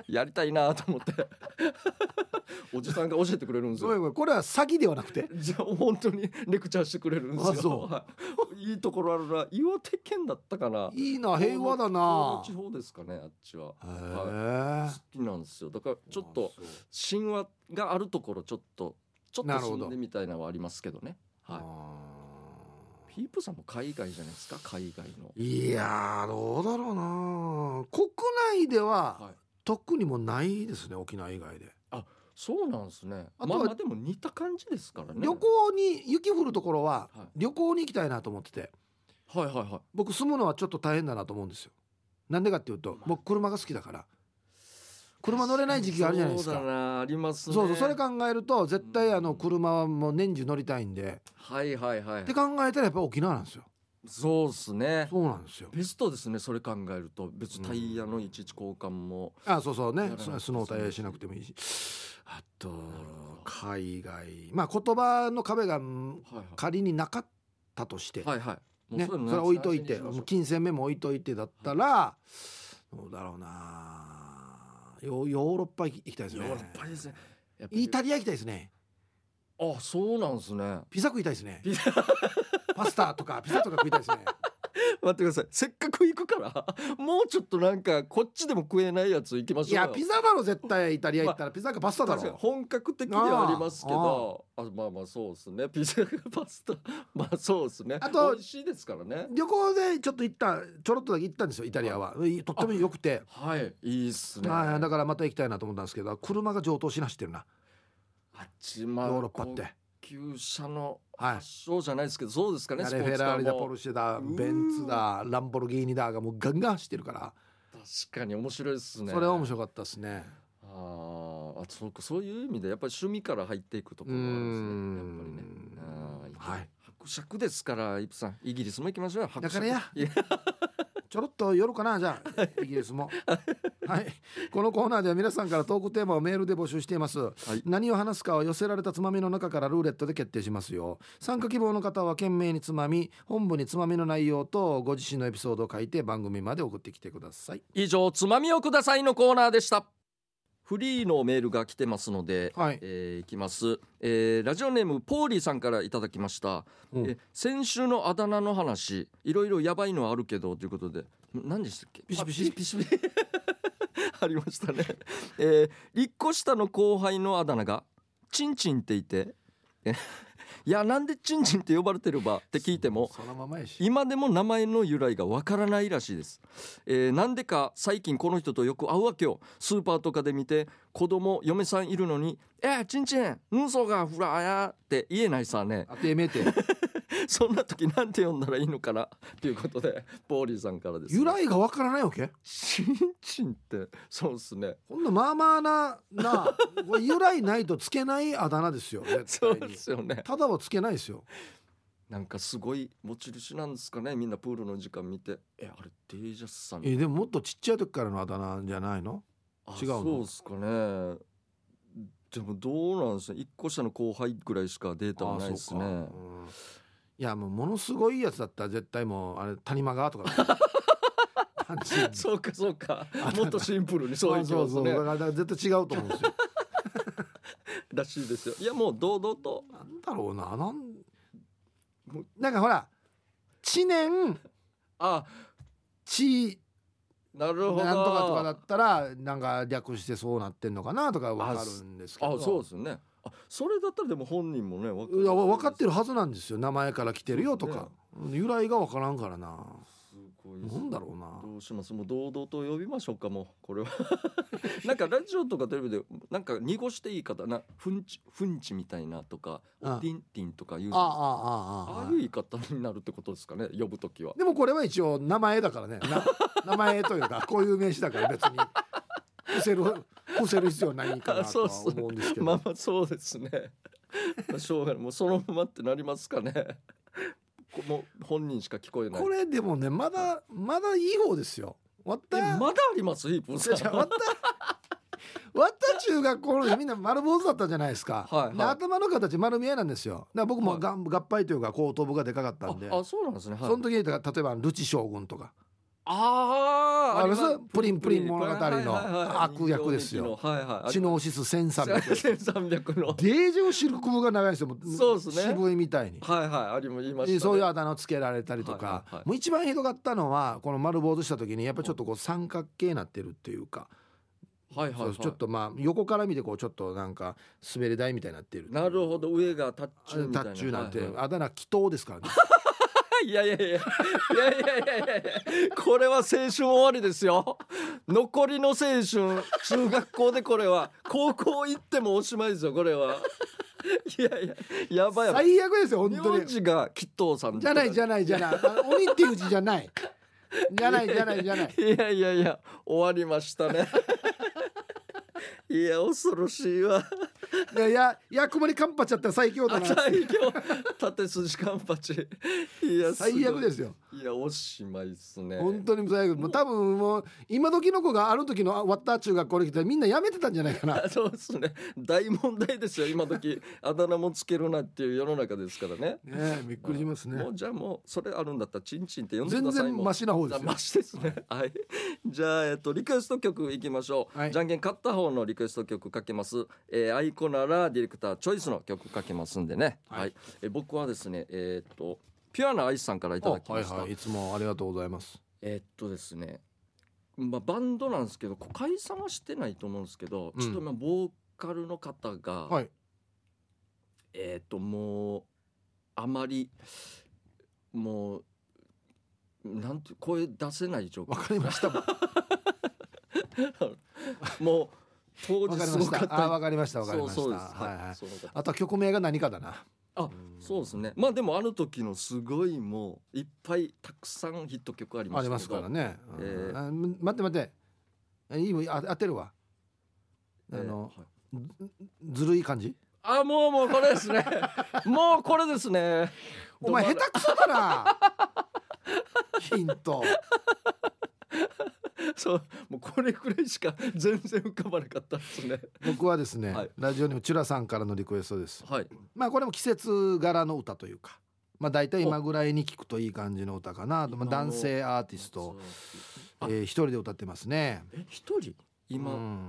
[SPEAKER 1] やりたいなと思っておじさんが教えてくれるんです
[SPEAKER 2] ごめん
[SPEAKER 1] よ
[SPEAKER 2] ごめんこれは詐欺ではなくて
[SPEAKER 1] じゃあ本当にレクチャーしてくれるんですよ
[SPEAKER 2] あそ
[SPEAKER 1] はいいいところあるな岩手県だったかない
[SPEAKER 2] いな平和だな
[SPEAKER 1] 東の地方ですかねあっちは
[SPEAKER 2] へえ、
[SPEAKER 1] 好きなんですよだからちょっと
[SPEAKER 2] そう
[SPEAKER 1] 神話があるところちょっとちょっ
[SPEAKER 2] な
[SPEAKER 1] と
[SPEAKER 2] るほど
[SPEAKER 1] 住んでみたいなのはありますけどね
[SPEAKER 2] あ
[SPEAKER 1] は
[SPEAKER 2] ー
[SPEAKER 1] いピープさんも海外じゃないですか海外の
[SPEAKER 2] いやーどうだろうな国内では
[SPEAKER 1] はい
[SPEAKER 2] 特にもうないですね沖縄以外で
[SPEAKER 1] そうなんですね
[SPEAKER 2] あと
[SPEAKER 1] まあ
[SPEAKER 2] は
[SPEAKER 1] まあでも似た感じですからね
[SPEAKER 2] 旅行に雪降るところは
[SPEAKER 1] はい
[SPEAKER 2] 旅行に行きたいなと思ってて
[SPEAKER 1] はいはいはい
[SPEAKER 2] 僕住むのはちょっと大変だなと思うんですよなんでかっていうと僕車が好きだから車乗れない時期があるじゃないですか
[SPEAKER 1] そうだなありますね
[SPEAKER 2] そうそうそれ考えると絶対あ
[SPEAKER 1] う
[SPEAKER 2] の
[SPEAKER 1] ん
[SPEAKER 2] 車はもう年中乗りたいんで
[SPEAKER 1] はいはいはい
[SPEAKER 2] って考えたらやっぱ沖縄なんですよ
[SPEAKER 1] そうですね
[SPEAKER 2] そうなんですよ
[SPEAKER 1] ベストですねそれ考えると別にタイヤのいちいち交換も
[SPEAKER 2] あそうそう
[SPEAKER 1] やらな
[SPEAKER 2] ね
[SPEAKER 1] い
[SPEAKER 2] ススノータイヤしなくてもいいしあと
[SPEAKER 1] ほど
[SPEAKER 2] 海外まあ言葉の壁がうん
[SPEAKER 1] はいは
[SPEAKER 2] 仮になかったとして、
[SPEAKER 1] いはいはい
[SPEAKER 2] ね、
[SPEAKER 1] も
[SPEAKER 2] そう
[SPEAKER 1] いうの
[SPEAKER 2] れは置いとい
[SPEAKER 1] な
[SPEAKER 2] て
[SPEAKER 1] しにしまし
[SPEAKER 2] も
[SPEAKER 1] ょ
[SPEAKER 2] う
[SPEAKER 1] う
[SPEAKER 2] 金銭面も置いといてだったら、どうだろうなヨヨーロッパ行きたいですね
[SPEAKER 1] ヨーロッパですねやっぱり
[SPEAKER 2] イタリア行きたいですね
[SPEAKER 1] あそうなんですね
[SPEAKER 2] ピザ食いたいですね
[SPEAKER 1] ピザ
[SPEAKER 2] パスタとかピザとか食いたいで すね
[SPEAKER 1] 待ってくださいせっかく行くからもうちょっとなんかこっちでも食えないやつ行きましょう
[SPEAKER 2] い
[SPEAKER 1] よ
[SPEAKER 2] やピザだろ絶対イタリア行ったらピザかパスタだ
[SPEAKER 1] 確かに
[SPEAKER 2] ろ
[SPEAKER 1] 本格的ではありますけどあまあまあそうですね ピザパスタまあそうですね
[SPEAKER 2] あと
[SPEAKER 1] 美味しいですからね
[SPEAKER 2] 旅行でちょっと行ったちょろっとだけ行ったんですよイタリアは、いとっても良くて
[SPEAKER 1] はいいいっすね
[SPEAKER 2] はいだからまた行きたいなと思ったんですけど車が上等しなしてるな
[SPEAKER 1] あっちま
[SPEAKER 2] ヨ
[SPEAKER 1] あ
[SPEAKER 2] ーロッパって
[SPEAKER 1] 高級車の
[SPEAKER 2] はい
[SPEAKER 1] 発祥じゃないですけどそうですかね
[SPEAKER 2] あ
[SPEAKER 1] ス
[SPEAKER 2] れ
[SPEAKER 1] ポ
[SPEAKER 2] フ
[SPEAKER 1] ー
[SPEAKER 2] ェ
[SPEAKER 1] ツカ
[SPEAKER 2] ラー
[SPEAKER 1] ー
[SPEAKER 2] リだポ
[SPEAKER 1] も
[SPEAKER 2] ルシェだベンツだランボルギーニだがもうガンガン走ってるから
[SPEAKER 1] 確かに面白いですね
[SPEAKER 2] それは面白かったですね
[SPEAKER 1] あーあそうかそういう意味でやっぱり趣味から入っていくとこ
[SPEAKER 2] う
[SPEAKER 1] ろ
[SPEAKER 2] ー
[SPEAKER 1] があるんですねやっぱりね
[SPEAKER 2] ん
[SPEAKER 1] は
[SPEAKER 2] はいい。
[SPEAKER 1] 伯爵ですから、イプさん、イギリスも行きましょうよ。伯
[SPEAKER 2] だ
[SPEAKER 1] 爵
[SPEAKER 2] からや
[SPEAKER 1] いや
[SPEAKER 2] ちょろっと寄るかなじゃあイギリ スもはいこのコーナーでは皆さんからトークテーマをメールで募集しています、
[SPEAKER 1] い
[SPEAKER 2] 何を話すかは寄せられたつまみの中からルーレットで決定しますよ参加希望の方は懸命につまみ本部につまみの内容とご自身のエピソードを書いて番組まで送ってきてください
[SPEAKER 1] 以上、つまみをくださいのコーナーでした。フリーのメールが来てますので、
[SPEAKER 2] はい
[SPEAKER 1] えーいきます、えーラジオネームポーリーさんからいただきました、
[SPEAKER 2] うん
[SPEAKER 1] え先週のあだ名の話いろいろやばいのはあるけどということでん何でしたっけ
[SPEAKER 2] ピシピシ
[SPEAKER 1] あピシピ シありましたね、えー、一個下の後輩のあだ名がチンチンっていてえいやなんでチンチンって呼ばれてるばって聞いても
[SPEAKER 2] そのままやし
[SPEAKER 1] 今でも名前の由来がわからないらしいです、えーなんでか最近この人とよく会うわけよスーパーとかで見て子供嫁さんいるのに「えー、ちんちんうんそがふらや」って言えないさ ね
[SPEAKER 2] あてめえて
[SPEAKER 1] そんな時なんて呼んだらいいのかなということでポーリーさんからです、
[SPEAKER 2] 由来がわからないわけ
[SPEAKER 1] ちんちんってそうですね
[SPEAKER 2] こんなまあまあななこれ由来ないとつけないあだ名ですよ絶
[SPEAKER 1] そう
[SPEAKER 2] 対
[SPEAKER 1] で
[SPEAKER 2] に
[SPEAKER 1] すよね
[SPEAKER 2] ただはつけないですよ
[SPEAKER 1] なんかすごい持ち主なんですかねみんなプールの時間見てえあれデージャスさん
[SPEAKER 2] えでももっとちっちゃい時からのあだ名じゃないの
[SPEAKER 1] あ
[SPEAKER 2] 違うの
[SPEAKER 1] そうっすかねでもどうなんですね一個下の後輩ぐらいしかデータはないですね
[SPEAKER 2] あそうかうんいやもうものすごいやつだったら絶対もうあれ谷間川とかだ単純に
[SPEAKER 1] そうかそうか
[SPEAKER 2] あ
[SPEAKER 1] もっとシンプルにそうい
[SPEAKER 2] あ
[SPEAKER 1] う
[SPEAKER 2] そう
[SPEAKER 1] ま
[SPEAKER 2] そ
[SPEAKER 1] す
[SPEAKER 2] うだか
[SPEAKER 1] ね
[SPEAKER 2] らだから絶対違うと思うん ですよ
[SPEAKER 1] らしいですよいやもう堂々と
[SPEAKER 2] なんだろうななんなんかほら知念
[SPEAKER 1] あ
[SPEAKER 2] 知
[SPEAKER 1] なる
[SPEAKER 2] なん
[SPEAKER 1] ほど
[SPEAKER 2] とかとかだったらなんか略してそうなってんのかなとかわかるんですけ
[SPEAKER 1] あ
[SPEAKER 2] ど
[SPEAKER 1] そうですねあそれだったらでも本人もねわ
[SPEAKER 2] いやわ分かって
[SPEAKER 1] る
[SPEAKER 2] るはずなんですよ名前から来てるよとか、由来が分からんからな
[SPEAKER 1] すごいです
[SPEAKER 2] なんだろうな
[SPEAKER 1] どうしますもう堂々と呼びましょうかもうこれは なんかラジオとかテレビでなんか濁していい方なふんちふんちみたいなとか
[SPEAKER 2] あ
[SPEAKER 1] おティンティンとかいう
[SPEAKER 2] あああ
[SPEAKER 1] あ
[SPEAKER 2] あああ
[SPEAKER 1] あいう言い方になるってことですかね呼ぶときは
[SPEAKER 2] でもこれは一応名前だからね な名前というかこういう名詞だから別に伏せる伏せる必要ないかなとは思うんですけど
[SPEAKER 1] まあまあそうですねまあしょうがないもうそのままってなりますかねこもう本人しか聞こえない
[SPEAKER 2] これでもねまだまだいい方ですよわった
[SPEAKER 1] えまだありますヒープン
[SPEAKER 2] じゃ
[SPEAKER 1] さ
[SPEAKER 2] じゃ
[SPEAKER 1] ん
[SPEAKER 2] わったわった中学校の時みんな丸坊主だったじゃないですか、
[SPEAKER 1] はいはい
[SPEAKER 2] で頭の形丸見えなんですよだから僕もがん合敗というか後頭部がでかかったんで
[SPEAKER 1] ああそうなんですね、はい、
[SPEAKER 2] その時に例えば「ルチ将軍」とか
[SPEAKER 1] あー
[SPEAKER 2] あれ
[SPEAKER 1] ります
[SPEAKER 2] プリンプリン物語の
[SPEAKER 1] はいはいはい
[SPEAKER 2] 悪役ですよ
[SPEAKER 1] 人形劇のはい
[SPEAKER 2] 「
[SPEAKER 1] はい
[SPEAKER 2] 知能指数1300」
[SPEAKER 1] 1300の
[SPEAKER 2] デージョシルク風が長いですよも
[SPEAKER 1] そうですね
[SPEAKER 2] 渋いみたいに。
[SPEAKER 1] はいはいありも言いました、
[SPEAKER 2] で
[SPEAKER 1] ね、
[SPEAKER 2] そういうあだ名をつけられたりとか、
[SPEAKER 1] はいはいはい
[SPEAKER 2] もう一番ひどかったのはこの丸坊主した時にやっぱちょっとこう三角形になってるっていうか、
[SPEAKER 1] はいはい、はい、
[SPEAKER 2] そうちょっとまあ横から見てこうちょっとなんか滑り台みたいになってる
[SPEAKER 1] なるほど上がタッチ
[SPEAKER 2] あ
[SPEAKER 1] ューみ
[SPEAKER 2] タ
[SPEAKER 1] たいな
[SPEAKER 2] ッチューなんて、
[SPEAKER 1] はいは
[SPEAKER 2] あだ名祈祷ですからね
[SPEAKER 1] い、いやいやいやいやいやいやいやいやこれは青春終わりですよ残りの青春中学校でこれは高校行ってもおしまいですよこれはいやいややばいやばい
[SPEAKER 2] 最悪ですよ本当
[SPEAKER 1] 名
[SPEAKER 2] に
[SPEAKER 1] 字がきっとさん
[SPEAKER 2] じゃないじ
[SPEAKER 1] ゃ
[SPEAKER 2] ゃないじゃないあの鬼っていう字じゃ ないじゃないじゃないじゃない
[SPEAKER 1] いやいやいや終わりましたねいや恐ろしいわ
[SPEAKER 2] でや役場にカンパちゃったら最強だな
[SPEAKER 1] 最強縦筋カンパチいや
[SPEAKER 2] 最悪ですすよ
[SPEAKER 1] ごいいやおしまいですね
[SPEAKER 2] 本当に最悪もう多分もう今時の子があの時のあワッター中学校に来てみんなやめてたんじゃない かな
[SPEAKER 1] あそうですね大問題ですよ今時あだ名もつけるなっていう世の中ですからね
[SPEAKER 2] ねえびっくりしますね
[SPEAKER 1] もうじゃあもうそれあるんだったらチンチンって呼んでく
[SPEAKER 2] 全
[SPEAKER 1] ださい
[SPEAKER 2] 然
[SPEAKER 1] もう
[SPEAKER 2] マシな方
[SPEAKER 1] じ
[SPEAKER 2] です
[SPEAKER 1] ゃあ
[SPEAKER 2] よ
[SPEAKER 1] マシですね。はい。じゃあえっとリクエスト曲いきましょう。
[SPEAKER 2] はい
[SPEAKER 1] じゃんけん勝った方のリクエスト曲かけます。えー、アイコならディレクターチョイスの曲かけますんでね。
[SPEAKER 2] は
[SPEAKER 1] はいい。えー僕はですねえーっとピュアなアイスさんからいただきました。
[SPEAKER 2] いつもありがとうございます
[SPEAKER 1] えっとですね。まあバンドなんですけどこう解散はしてないと思うんですけど、
[SPEAKER 2] うん
[SPEAKER 1] ちょっと今ボーカルの方が、
[SPEAKER 2] はい
[SPEAKER 1] えっともうあまりもうなんて声出せない状況
[SPEAKER 2] わかり ましたわか
[SPEAKER 1] もう当時
[SPEAKER 2] ります
[SPEAKER 1] ご
[SPEAKER 2] し
[SPEAKER 1] かった
[SPEAKER 2] あわかりましたわかり
[SPEAKER 1] そう
[SPEAKER 2] ました
[SPEAKER 1] そうです。
[SPEAKER 2] はいはい
[SPEAKER 1] そうです
[SPEAKER 2] あとは曲名が何かだな
[SPEAKER 1] あそうですね。まあでもあの時のすごいもういっぱいたくさんヒット曲ありまし
[SPEAKER 2] あ
[SPEAKER 1] たけど。
[SPEAKER 2] りますからね、
[SPEAKER 1] えー
[SPEAKER 2] あむ待って待ってえいいもんあ当てるわあ
[SPEAKER 1] えー
[SPEAKER 2] の、
[SPEAKER 1] はい
[SPEAKER 2] ずるい感じ
[SPEAKER 1] あもうもうこれですね。 もうこれですね。
[SPEAKER 2] お前下手くそだ なヒント
[SPEAKER 1] そうもうこれくらいしか全然浮かばなかったですね。
[SPEAKER 2] 僕はですね、
[SPEAKER 1] はい
[SPEAKER 2] ラジオにもチュラさんからのリクエストです
[SPEAKER 1] はい。
[SPEAKER 2] まあこれも季節柄の歌というかまあ大体今ぐらいに聞くといい感じの歌かなと、ま
[SPEAKER 1] 今
[SPEAKER 2] あ、
[SPEAKER 1] の
[SPEAKER 2] 男性アーティスト、えー、一人で歌ってますね
[SPEAKER 1] え一人今、
[SPEAKER 2] うん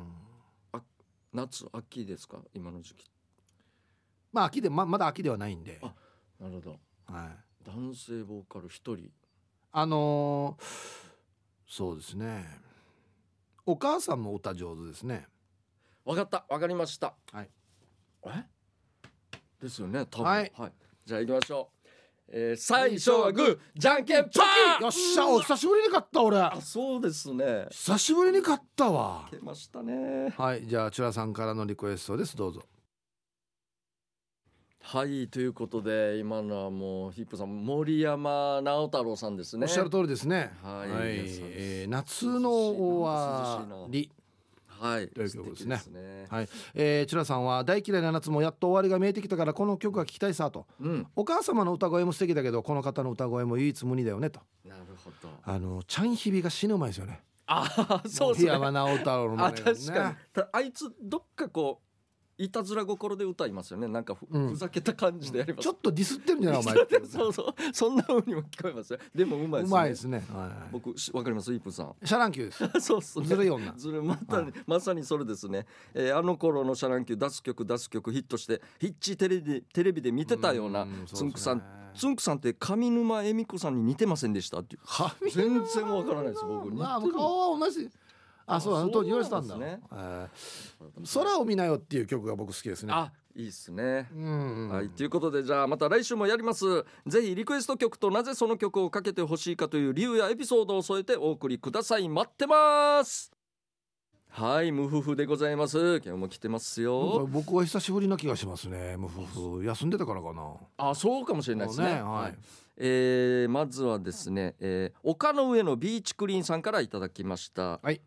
[SPEAKER 1] 夏秋ですか今の時期。
[SPEAKER 2] まあ秋でままだ秋ではないんで
[SPEAKER 1] あ、なるほど。
[SPEAKER 2] はい、
[SPEAKER 1] 男性ボーカル一人。
[SPEAKER 2] あのーそうですねお母さんも歌上手ですね
[SPEAKER 1] わかった、わかりました。
[SPEAKER 2] はい。
[SPEAKER 1] え。ですよね、多分。
[SPEAKER 2] は
[SPEAKER 1] はいい。じゃあ、行きましょう。えー、最初はグー、じゃんけんパー。
[SPEAKER 2] よっしゃお久しぶりに勝った俺
[SPEAKER 1] あ、そうですね。
[SPEAKER 2] 久しぶりに勝ったわ
[SPEAKER 1] けましたね。
[SPEAKER 2] はいじゃあチュラさんからのリクエストですどうぞ
[SPEAKER 1] はい、ということで、今のはもう、ヒップさん、森山直太朗さんですね。
[SPEAKER 2] おっしゃる通りですね
[SPEAKER 1] はいそうです
[SPEAKER 2] えー夏の終わり
[SPEAKER 1] はい。
[SPEAKER 2] という曲ですね
[SPEAKER 1] 素敵ね
[SPEAKER 2] はい、えー、チュラさんは大嫌いな夏もやっと終わりが見えてきたからこの曲が聴きたいさと
[SPEAKER 1] うん、
[SPEAKER 2] お母様の歌声も素敵だけどこの方の歌声も唯一無二だよねと
[SPEAKER 1] なるほど。
[SPEAKER 2] あのちゃんひびが死ぬ前ですよね
[SPEAKER 1] あ、そうですね。
[SPEAKER 2] 山直太郎の
[SPEAKER 1] あ
[SPEAKER 2] 真似
[SPEAKER 1] 確
[SPEAKER 2] だもん
[SPEAKER 1] かにたあいつどっかこういたずら心で歌いますよねなんかふ,、
[SPEAKER 2] うん
[SPEAKER 1] ざけた感じでやります
[SPEAKER 2] ちょっとディスってるんじゃないお前
[SPEAKER 1] そうそう そんな風にも聞こえますよでもうまいで
[SPEAKER 2] う
[SPEAKER 1] す、
[SPEAKER 2] まいですねはいはい
[SPEAKER 1] 僕しわかりますイープン さん
[SPEAKER 2] シャランキューです
[SPEAKER 1] そうっすね
[SPEAKER 2] ずるい女
[SPEAKER 1] ずるまたね、まさにそれですね、えーあの頃のシャランキュー出す曲出す曲ヒットしてヒッチテレビテレビで見てたような
[SPEAKER 2] うん
[SPEAKER 1] つんくさん
[SPEAKER 2] そうですね
[SPEAKER 1] つんくさんって上沼恵美子さんに似てませんでしたっていう
[SPEAKER 2] は
[SPEAKER 1] 全然わからないです僕似てる
[SPEAKER 2] まあ顔は同じあそうあの当時言われてたんだ
[SPEAKER 1] そうなんですね
[SPEAKER 2] えー空を見なよっていう曲が僕好きですね
[SPEAKER 1] あいいっすね
[SPEAKER 2] うん、
[SPEAKER 1] はい、ということでじゃあまた来週もやりますぜひリクエスト曲となぜその曲をかけてほしいかという理由やエピソードを添えてお送りください待ってますはい無夫婦でございます今日も来てます
[SPEAKER 2] なん
[SPEAKER 1] よ
[SPEAKER 2] か僕は久しぶりな気がしますね無夫婦休んでたからかな
[SPEAKER 1] あそうかもしれないですね
[SPEAKER 2] そうねはい
[SPEAKER 1] えーまずはですね、えー丘の上のビーチクリーンさんからいただきました、
[SPEAKER 2] はい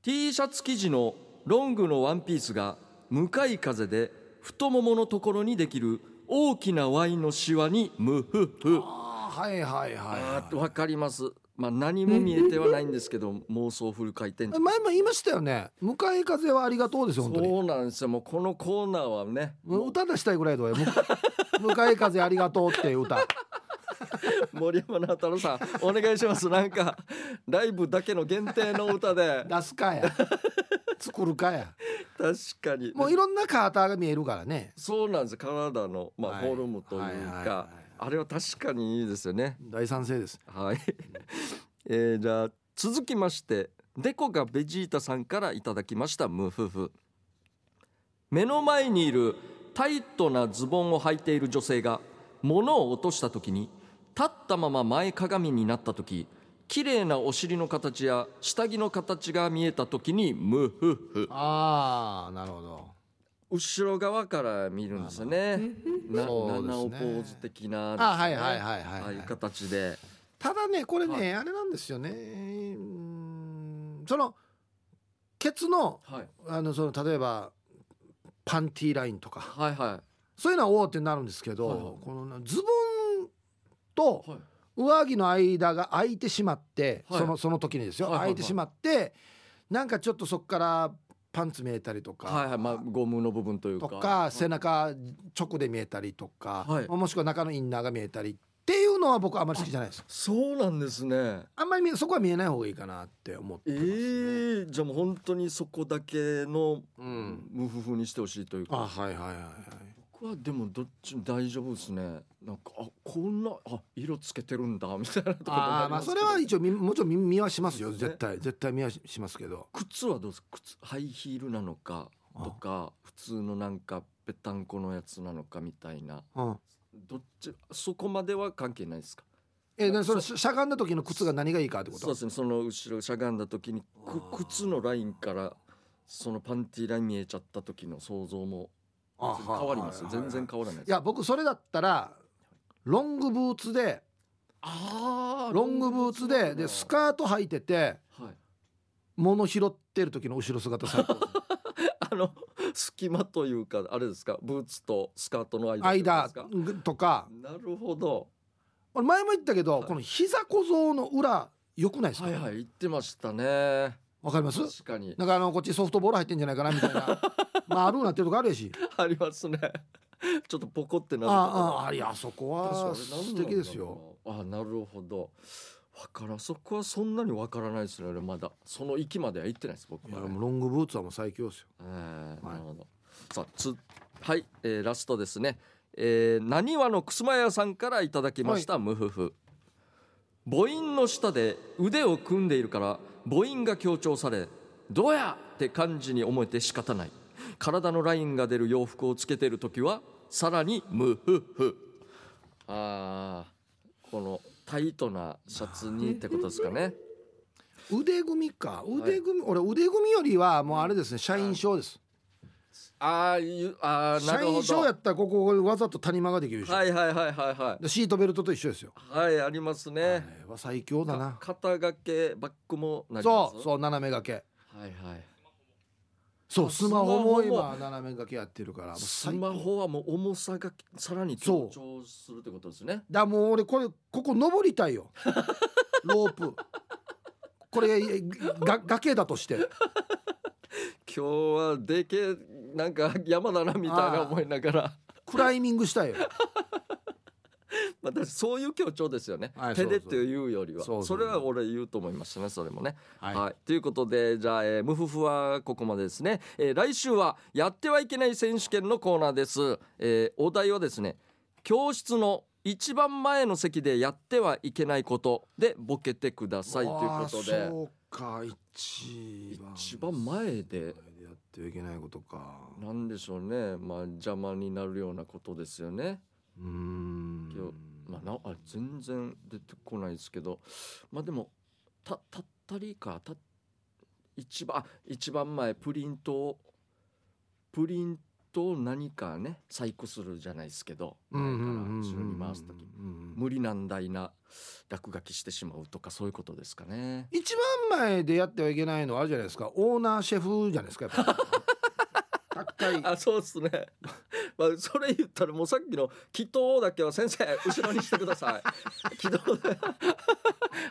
[SPEAKER 1] T シャツ生地のロングのワンピースが向かい風で太もものところにできる大きなワインのシワにムフフ
[SPEAKER 2] あーはいはいはい、
[SPEAKER 1] あ
[SPEAKER 2] は
[SPEAKER 1] ーわかります。まあ何も見えてはないんですけ ど妄想フル回転。
[SPEAKER 2] い、前も言いましたよね向かい風はありがとうですよ本当に
[SPEAKER 1] そうなんですよ。もうこのコーナーはね、
[SPEAKER 2] もう歌出したいぐらいだわよ向 向かい風ありがとうっていう歌
[SPEAKER 1] 森山直太朗さんお願いします。なんかライブだけの限定の歌 で
[SPEAKER 2] 出すかや作るかや
[SPEAKER 1] 確かに。
[SPEAKER 2] もういろんなカーターが見えるからね
[SPEAKER 1] そうなんです。体のまあ
[SPEAKER 2] はい
[SPEAKER 1] フォルムというか、
[SPEAKER 2] はいはいはい
[SPEAKER 1] あれは確かにいいですよね。
[SPEAKER 2] 大賛成です
[SPEAKER 1] はい。えー、じゃあ続きましてデコがベジータさんからいただきましたムフフ。目の前にいるタイトなズボンを履いている女性が物を落とした時に立ったまま前かがみになった時綺麗なお尻の形や下着の形が見えた時にムフフ
[SPEAKER 2] ああなるほど
[SPEAKER 1] 後ろ側から見るんですよねな
[SPEAKER 2] そうですね
[SPEAKER 1] 七尾ポーズ的な
[SPEAKER 2] あはいはいはいはい
[SPEAKER 1] あ
[SPEAKER 2] は
[SPEAKER 1] あ
[SPEAKER 2] い
[SPEAKER 1] いう形で
[SPEAKER 2] ただねこれね、
[SPEAKER 1] は
[SPEAKER 2] あれなんですよねうーんそのケツの
[SPEAKER 1] はい
[SPEAKER 2] あのその例えばパンティーラインとか
[SPEAKER 1] はいは
[SPEAKER 2] そういうのはおおってなるんですけど、
[SPEAKER 1] はいはい
[SPEAKER 2] このなズボンと
[SPEAKER 1] いはい
[SPEAKER 2] 上着の間が空いてしまって、
[SPEAKER 1] はい
[SPEAKER 2] そのその時にですよ、
[SPEAKER 1] はいはいはい
[SPEAKER 2] 空いてしまってなんかちょっとそこからパンツ見えたりとか、
[SPEAKER 1] はいはい、まあ、ゴムの部分というか。
[SPEAKER 2] とか背中直で見えたりとか、
[SPEAKER 1] はい
[SPEAKER 2] もしくは中のインナーが見えたりっていうのは僕あんまり好きじゃないです。
[SPEAKER 1] そうなんですね。
[SPEAKER 2] あんまり見えそこは見えない方がいいかなって思って
[SPEAKER 1] ええ
[SPEAKER 2] ますね、
[SPEAKER 1] じゃあもう本当にそこだけの
[SPEAKER 2] うん。
[SPEAKER 1] 無夫婦にしてほしいという
[SPEAKER 2] あ
[SPEAKER 1] か。
[SPEAKER 2] はいはいはいはい。
[SPEAKER 1] 僕はでもどっちも大丈夫ですね。なんかあこんなあ色つけてるんだみたいなところも
[SPEAKER 2] あ
[SPEAKER 1] あ
[SPEAKER 2] あ
[SPEAKER 1] り
[SPEAKER 2] ま
[SPEAKER 1] ま
[SPEAKER 2] あ
[SPEAKER 1] す
[SPEAKER 2] そ
[SPEAKER 1] け
[SPEAKER 2] れ
[SPEAKER 1] ど。
[SPEAKER 2] は一応見もちろん見見はしますよ
[SPEAKER 1] そうですね
[SPEAKER 2] 絶対絶対見はししますけど。
[SPEAKER 1] 靴はどうですか。靴ハイヒールなのかとか普通のなんかぺたんこのやつなのかみたいな。
[SPEAKER 2] うん。
[SPEAKER 1] どっちそこまでは関係ないですか。
[SPEAKER 2] えなそのししゃがんだ時の靴が何がいいかってこと。
[SPEAKER 1] そうですねその後ろしゃがんだ時にく
[SPEAKER 2] あー
[SPEAKER 1] 靴のラインからそのパンティーライン見えちゃった時の想像も
[SPEAKER 2] あ
[SPEAKER 1] 変わります
[SPEAKER 2] はいはいはい
[SPEAKER 1] 全然変わらない
[SPEAKER 2] いや僕それだったらロングブーツで
[SPEAKER 1] あ
[SPEAKER 2] ロングブーツででスカート履いてて
[SPEAKER 1] はい
[SPEAKER 2] 物拾ってる時の後ろ姿最高
[SPEAKER 1] あの隙間というかあれですかブーツとスカートの間ってこと
[SPEAKER 2] 間
[SPEAKER 1] ですか
[SPEAKER 2] とか
[SPEAKER 1] なるほど
[SPEAKER 2] 俺前も言ったけど、
[SPEAKER 1] はい
[SPEAKER 2] この膝小僧の裏良くないですか
[SPEAKER 1] は
[SPEAKER 2] わ、
[SPEAKER 1] いはい言ってましたね
[SPEAKER 2] かります
[SPEAKER 1] 確かに
[SPEAKER 2] なんかあのこっちソフトボール入ってんじゃないかなみたいなまああるなってるとこあるやし
[SPEAKER 1] ありますねちょっとポコってな
[SPEAKER 2] あ
[SPEAKER 1] るとこ
[SPEAKER 2] あああいやそこ
[SPEAKER 1] 確か
[SPEAKER 2] は
[SPEAKER 1] にあれ何な
[SPEAKER 2] 素
[SPEAKER 1] んだろうな
[SPEAKER 2] 敵ですよ
[SPEAKER 1] あなるほどわからんそこはそんなにわからないですね俺まだその域までは行ってないです僕
[SPEAKER 2] い
[SPEAKER 1] ま
[SPEAKER 2] や
[SPEAKER 1] だ
[SPEAKER 2] もうロングブーツはもう最強ですよ
[SPEAKER 1] えーなるほど。さあつはい、えーラストですね。えー、何話のくすまやさんからいただきました、ムフフ母音の下で腕を組んでいるから母音が強調され「どや!」って感じに思えて仕方ない体のラインが出る洋服をつけている時はさらにムフフあーこのタイトなシャツにってことですかね
[SPEAKER 2] 腕組みか腕組み、俺腕組みよりはもうあれですね社員証です
[SPEAKER 1] あーゆあーな
[SPEAKER 2] 社
[SPEAKER 1] るほ
[SPEAKER 2] 員
[SPEAKER 1] ど
[SPEAKER 2] 証やったらここわざと谷間ができるでしょ、
[SPEAKER 1] はいはいはいはいはい
[SPEAKER 2] でシートベルトと一緒ですよ
[SPEAKER 1] はいありますね、
[SPEAKER 2] あれは最強だな
[SPEAKER 1] か肩掛けバックもなりま
[SPEAKER 2] そ
[SPEAKER 1] す
[SPEAKER 2] うそう斜め掛け
[SPEAKER 1] うはいはい
[SPEAKER 2] そう
[SPEAKER 1] ス
[SPEAKER 2] ス
[SPEAKER 1] マ
[SPEAKER 2] マ
[SPEAKER 1] ホ
[SPEAKER 2] ホ
[SPEAKER 1] も
[SPEAKER 2] も今斜め掛けやってるからもう
[SPEAKER 1] ス
[SPEAKER 2] 最
[SPEAKER 1] マホはもう重さがさらに強調するってことですね
[SPEAKER 2] だもう俺これここ登りた いよロープこれが崖だとして
[SPEAKER 1] 今日はでけえなんか山だなみたいな思いながら
[SPEAKER 2] クライミングしたいよ
[SPEAKER 1] まあ、だってそういう強調ですよね、
[SPEAKER 2] はい
[SPEAKER 1] 手でっ
[SPEAKER 2] そう
[SPEAKER 1] て
[SPEAKER 2] そう
[SPEAKER 1] いうよりはそ
[SPEAKER 2] そうそう
[SPEAKER 1] れは俺言うと思いましたねそれもねは、
[SPEAKER 2] はいい
[SPEAKER 1] ということでじゃあ、えー、ムフフはここまでですね、えー来週はやってはいけない選手権のコーナーです、えーお題はですね教室の一番前の席でやってはいけないことでボケてくださいということ
[SPEAKER 2] あー
[SPEAKER 1] で
[SPEAKER 2] そうか一番
[SPEAKER 1] 一番前で
[SPEAKER 2] やってはいけないことか
[SPEAKER 1] なんでしょうねまあ邪魔になるようなことですよね。
[SPEAKER 2] うーん
[SPEAKER 1] 今日まあ、なあ全然出てこないですけどまあでもたたったりかた一番あ一番前プリントをプリントを何かね細工するじゃないですけど前から後ろに回す時
[SPEAKER 2] うんうんうん
[SPEAKER 1] 無理難題な落書きしてしまうとかそういうことですかね。
[SPEAKER 2] 一番前でやってはいけないのはあるじゃないですかオーナーシェフじゃないですかやっ ぱり高い
[SPEAKER 1] あそうですね、 まあ、それ言ったらもうさっきの「祈祷」だけは先生後ろにしてください 祈祷だ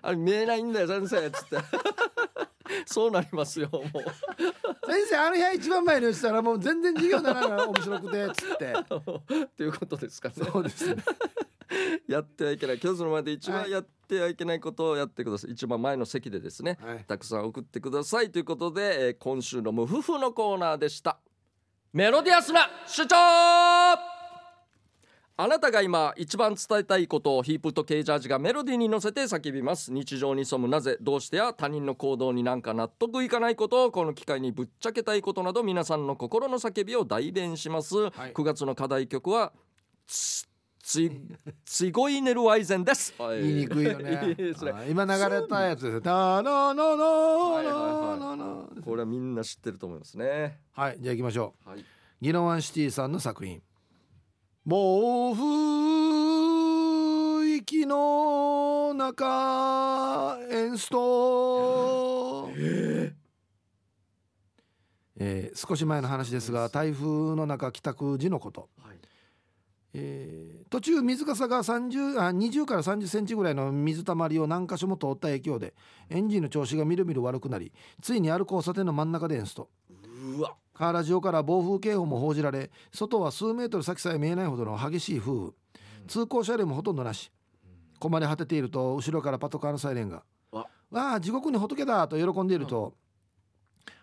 [SPEAKER 1] あれ見えないんだよ先生っつって そうなりますよも
[SPEAKER 2] 先生あの部屋一番前にしたらもう全然授業ならない面白くてっつって
[SPEAKER 1] う っていうことですかね
[SPEAKER 2] そうですね
[SPEAKER 1] やってはいけない教室の前で一
[SPEAKER 2] は
[SPEAKER 1] 番
[SPEAKER 2] い
[SPEAKER 1] やってはいけないことをやってください一番前の席でですね
[SPEAKER 2] はい
[SPEAKER 1] たくさん送ってくださいということで、えー今週の「無夫婦」のコーナーでしたメロディアスな主張あなたが今一番伝えたいことをヒープとケージャージがメロディーに乗せて叫びます日常に潜むなぜどうしてや他人の行動になんか納得いかないことをこの機会にぶっちゃけたいことなど皆さんの心の叫びを代弁します、
[SPEAKER 2] い
[SPEAKER 1] 9月の課題曲はつつつごいネルワイゼンですはい
[SPEAKER 2] 言いにくいよ
[SPEAKER 1] い
[SPEAKER 2] ね
[SPEAKER 1] いですね
[SPEAKER 2] あー今流れたやつですよダーノーノーノーノーノーノー
[SPEAKER 1] これはみんな知ってると思いますね
[SPEAKER 2] はいじゃあ行きましょう
[SPEAKER 1] はい
[SPEAKER 2] ギノワンシティさんの作品「暴風域の中エンスト」 えー少し前の話ですが台風の中帰宅時のこと、
[SPEAKER 1] はい
[SPEAKER 2] えー途中水かさが30あ20から3 0センチぐらいの水たまりを何箇所も通った影響でエンジンの調子がみるみる悪くなりついにある交差点の真ん中でエンスト
[SPEAKER 1] うわ
[SPEAKER 2] カーラジオから暴風警報も報じられ外は数メートル先さえ見えないほどの激しい風雨通行車両もほとんどなし困り果てていると後ろからパトカーのサイレンが「
[SPEAKER 1] わ
[SPEAKER 2] わあ地獄に仏だ!」と喜んでいると、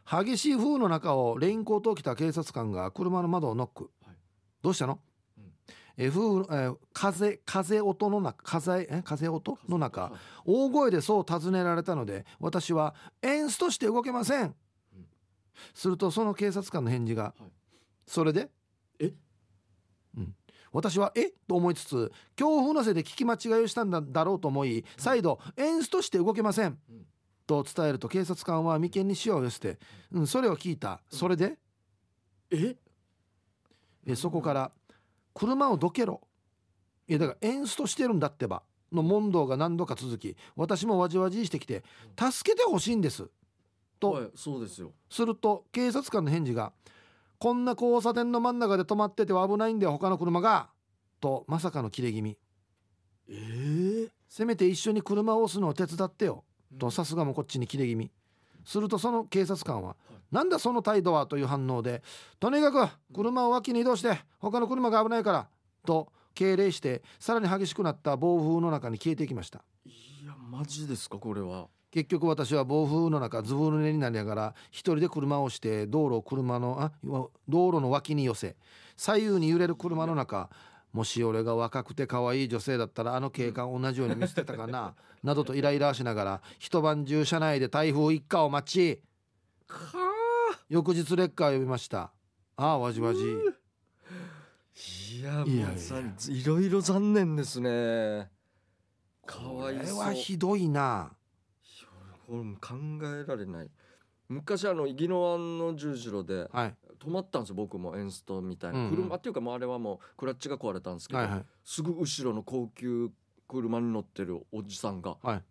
[SPEAKER 2] 激しい風雨の中をレインコートを着た警察官が車の窓をノック「
[SPEAKER 1] はい
[SPEAKER 2] どうしたの
[SPEAKER 1] うん
[SPEAKER 2] えー風雨えー風風音の中風え風音の中大声でそう尋ねられたので私は「エンスとして動けません」
[SPEAKER 1] うん
[SPEAKER 2] するとその警察官の返事が「
[SPEAKER 1] はい
[SPEAKER 2] それで
[SPEAKER 1] え
[SPEAKER 2] うん私は「えと思いつつ強風のせいで聞き間違いをしたんだだろうと思い再度「エンスとして動けません」
[SPEAKER 1] うん
[SPEAKER 2] と伝えると警察官は眉間に塩を寄せて、うん、それを聞いたそれで
[SPEAKER 1] え
[SPEAKER 2] えそこから「車をどけろ」いやだから「エンストしてるんだってば」の問答が何度か続き私もわじわじしてきて「助けてほしいんです」
[SPEAKER 1] は
[SPEAKER 2] と
[SPEAKER 1] いそうですよ
[SPEAKER 2] すると警察官の返事が「こんな交差点の真ん中で止まってては危ないんだよ他の車が」とまさかの切れ気味
[SPEAKER 1] ええ
[SPEAKER 2] 「せめて一緒に車を押すのを手伝ってよ」とさすがもこっちに切れ気味するとその警察官は「なんだその態度は」という反応で「とにかく車を脇に移動して他の車が危ないから」と敬礼してさらに激しくなった暴風の中に消えていきました
[SPEAKER 1] いやマジですかこれは
[SPEAKER 2] 結局私は暴風の中ずぶ濡れになりながら一人で車を押して道路を車のあわ道路の脇に寄せ左右に揺れる車の中もし俺が若くて可愛い女性だったらあの景観を同じように見せてたかななどとイライラしながら一晩中車内で台風一過を待ち
[SPEAKER 1] は
[SPEAKER 2] 翌日レッカーを呼びましたああわじわじ
[SPEAKER 1] いや
[SPEAKER 2] いやいや
[SPEAKER 1] もうさいろいろ残念ですねか
[SPEAKER 2] こ
[SPEAKER 1] わ
[SPEAKER 2] れ
[SPEAKER 1] いそう
[SPEAKER 2] はひどいな
[SPEAKER 1] これも考えられない昔あのイギノワンの十字路で
[SPEAKER 2] はい
[SPEAKER 1] 止まったんですよ僕もエンストみたいな、
[SPEAKER 2] うんうん
[SPEAKER 1] 車っていうかもうあれはもうクラッチが壊れたんですけど、
[SPEAKER 2] はいはい
[SPEAKER 1] すぐ後ろの高級車に乗ってるおじさんが「
[SPEAKER 2] はい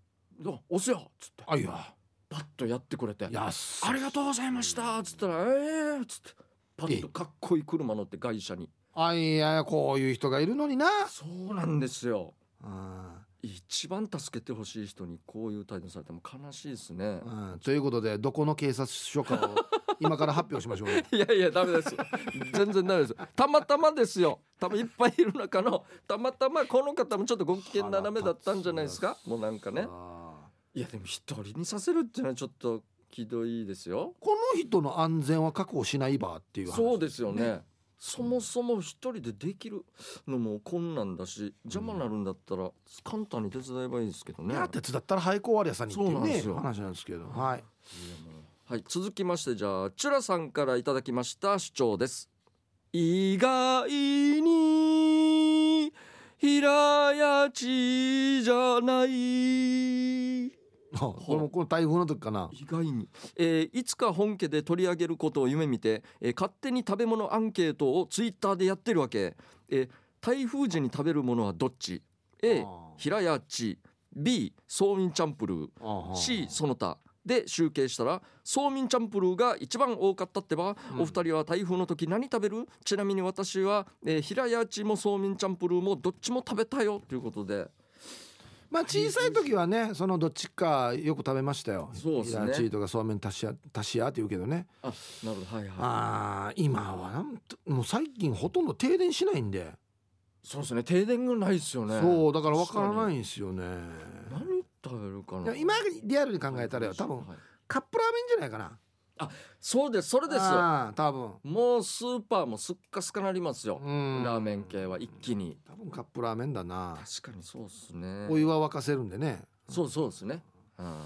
[SPEAKER 1] あ押すよ!」っつって
[SPEAKER 2] あいや
[SPEAKER 1] パッとやってくれて
[SPEAKER 2] 安
[SPEAKER 1] ありがとうございました」つったら「ええー」つってパッとかっこいい車乗って外車に
[SPEAKER 2] あいやこういう人がいるのにな
[SPEAKER 1] そうなんですよ
[SPEAKER 2] あー
[SPEAKER 1] 一番助けてほしい人にこういう態度されても悲しいですね
[SPEAKER 2] うんということでどこの警察署かを 今から発表しましょうね
[SPEAKER 1] いやいやダメです 全然ダメですたまたまですよ多分いっぱいいる中のたまたまこの方もちょっとご機嫌斜めだったんじゃないですかもうなんかね
[SPEAKER 2] あー
[SPEAKER 1] いやでも一人にさせるっていうのはちょっとひどいですよ
[SPEAKER 2] この人の安全は確保しないばっていう話
[SPEAKER 1] そうですよねそもそも一人でできるのも困難だし邪魔になるんだったら簡単に手伝えばいいですけどね。
[SPEAKER 2] いや手伝ったら廃校ありやさんにってい
[SPEAKER 1] そううなん
[SPEAKER 2] ね
[SPEAKER 1] ですよ
[SPEAKER 2] 話なんですけ どはい
[SPEAKER 1] はい、続きましてじゃあチュラさんからいただきました主張です意外に平屋地じゃない意
[SPEAKER 2] あこれもこの台風の時かな
[SPEAKER 1] 外に、えーいつか本家で取り上げることを夢見て、えー勝手に食べ物アンケートをツイッターでやってるわけ、えー台風時に食べるものはどっち A 平屋地 B ソーミンチャンプルー
[SPEAKER 2] あー
[SPEAKER 1] C その他で集計したらソーミンチャンプルーが一番多かったってば、
[SPEAKER 2] うん
[SPEAKER 1] お二人は台風の時何食べるちなみに私は、えー、平屋地もソーミンチャンプルーもどっちも食べたよということで
[SPEAKER 2] まあ小さい時はねそのどっちかよく食べましたよ
[SPEAKER 1] そうですね
[SPEAKER 2] イラチーとかそうめん足しや足しやって言うけどね
[SPEAKER 1] あなるほどはいはい
[SPEAKER 2] あー今はなんともう最近ほとんど停電しないんで、
[SPEAKER 1] そうですね停電がないですよね
[SPEAKER 2] そうだからわからないいんですよね
[SPEAKER 1] 何食べるか
[SPEAKER 2] い
[SPEAKER 1] な
[SPEAKER 2] や今リアルに考えたらよ多分
[SPEAKER 1] はい
[SPEAKER 2] カップラーメンじゃないかな
[SPEAKER 1] そうですそれですよ
[SPEAKER 2] あー多分
[SPEAKER 1] もうスーパーもすっかすかなりますよ、
[SPEAKER 2] うん
[SPEAKER 1] ラーメン系は一気に
[SPEAKER 2] 多分カップラーメンだな
[SPEAKER 1] 確かにそうですね
[SPEAKER 2] お湯は沸かせるんでね
[SPEAKER 1] そうそうですねあ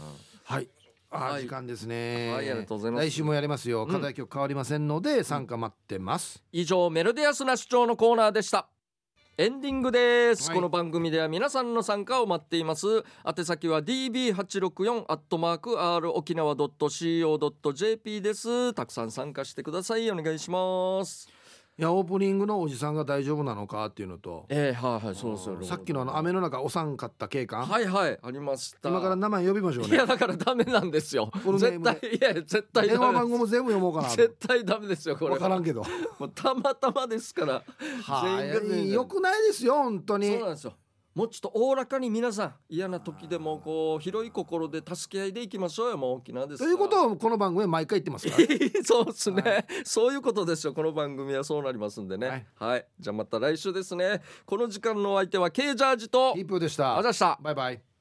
[SPEAKER 2] はいあー、
[SPEAKER 1] はい
[SPEAKER 2] 時間ですね
[SPEAKER 1] はいありがとうございます
[SPEAKER 2] 来週もやりますよ
[SPEAKER 1] ん
[SPEAKER 2] 課題曲変わりませんので参加待ってます、
[SPEAKER 1] 以上メロディアスな主張のコーナーでしたエンディングです、
[SPEAKER 2] はい
[SPEAKER 1] この番組では皆さんの参加を待っています宛先は db864 アットマーク r 沖縄 .co.jp ですたくさん参加してくださいお願いします
[SPEAKER 2] いやオープニングのおじさんが大丈夫なのかっていうのと
[SPEAKER 1] えー、はいはいそうそう
[SPEAKER 2] さっきのあの雨の中おさんかった警官、
[SPEAKER 1] はいはいありました
[SPEAKER 2] 今から名前呼びましょう
[SPEAKER 1] い
[SPEAKER 2] ね
[SPEAKER 1] やだからダメなんですよ
[SPEAKER 2] このネー
[SPEAKER 1] 絶
[SPEAKER 2] ム
[SPEAKER 1] 対
[SPEAKER 2] で
[SPEAKER 1] いや絶対
[SPEAKER 2] 電
[SPEAKER 1] ダ
[SPEAKER 2] 話
[SPEAKER 1] メ
[SPEAKER 2] 番号も全部読もうかな
[SPEAKER 1] 絶対ダメですよこれ
[SPEAKER 2] 分から
[SPEAKER 1] は
[SPEAKER 2] んけど
[SPEAKER 1] もうたまたまですから全員が全員
[SPEAKER 2] よくないですよ本当に
[SPEAKER 1] そうなんですよもうちょっとおおらかに皆さん嫌な時でもこう広い心で助け合いでいきましょうよもう沖縄です
[SPEAKER 2] と
[SPEAKER 1] から
[SPEAKER 2] いうことをこの番組は毎回言ってますから
[SPEAKER 1] そうですね、
[SPEAKER 2] は
[SPEAKER 1] そういうことですよこの番組はそうなりますんでねは
[SPEAKER 2] はいい、
[SPEAKER 1] じゃあまた来週ですねこの時間のお相手は K ジャージと
[SPEAKER 2] 一風でし
[SPEAKER 1] あ
[SPEAKER 2] た
[SPEAKER 1] ざした
[SPEAKER 2] バイバイ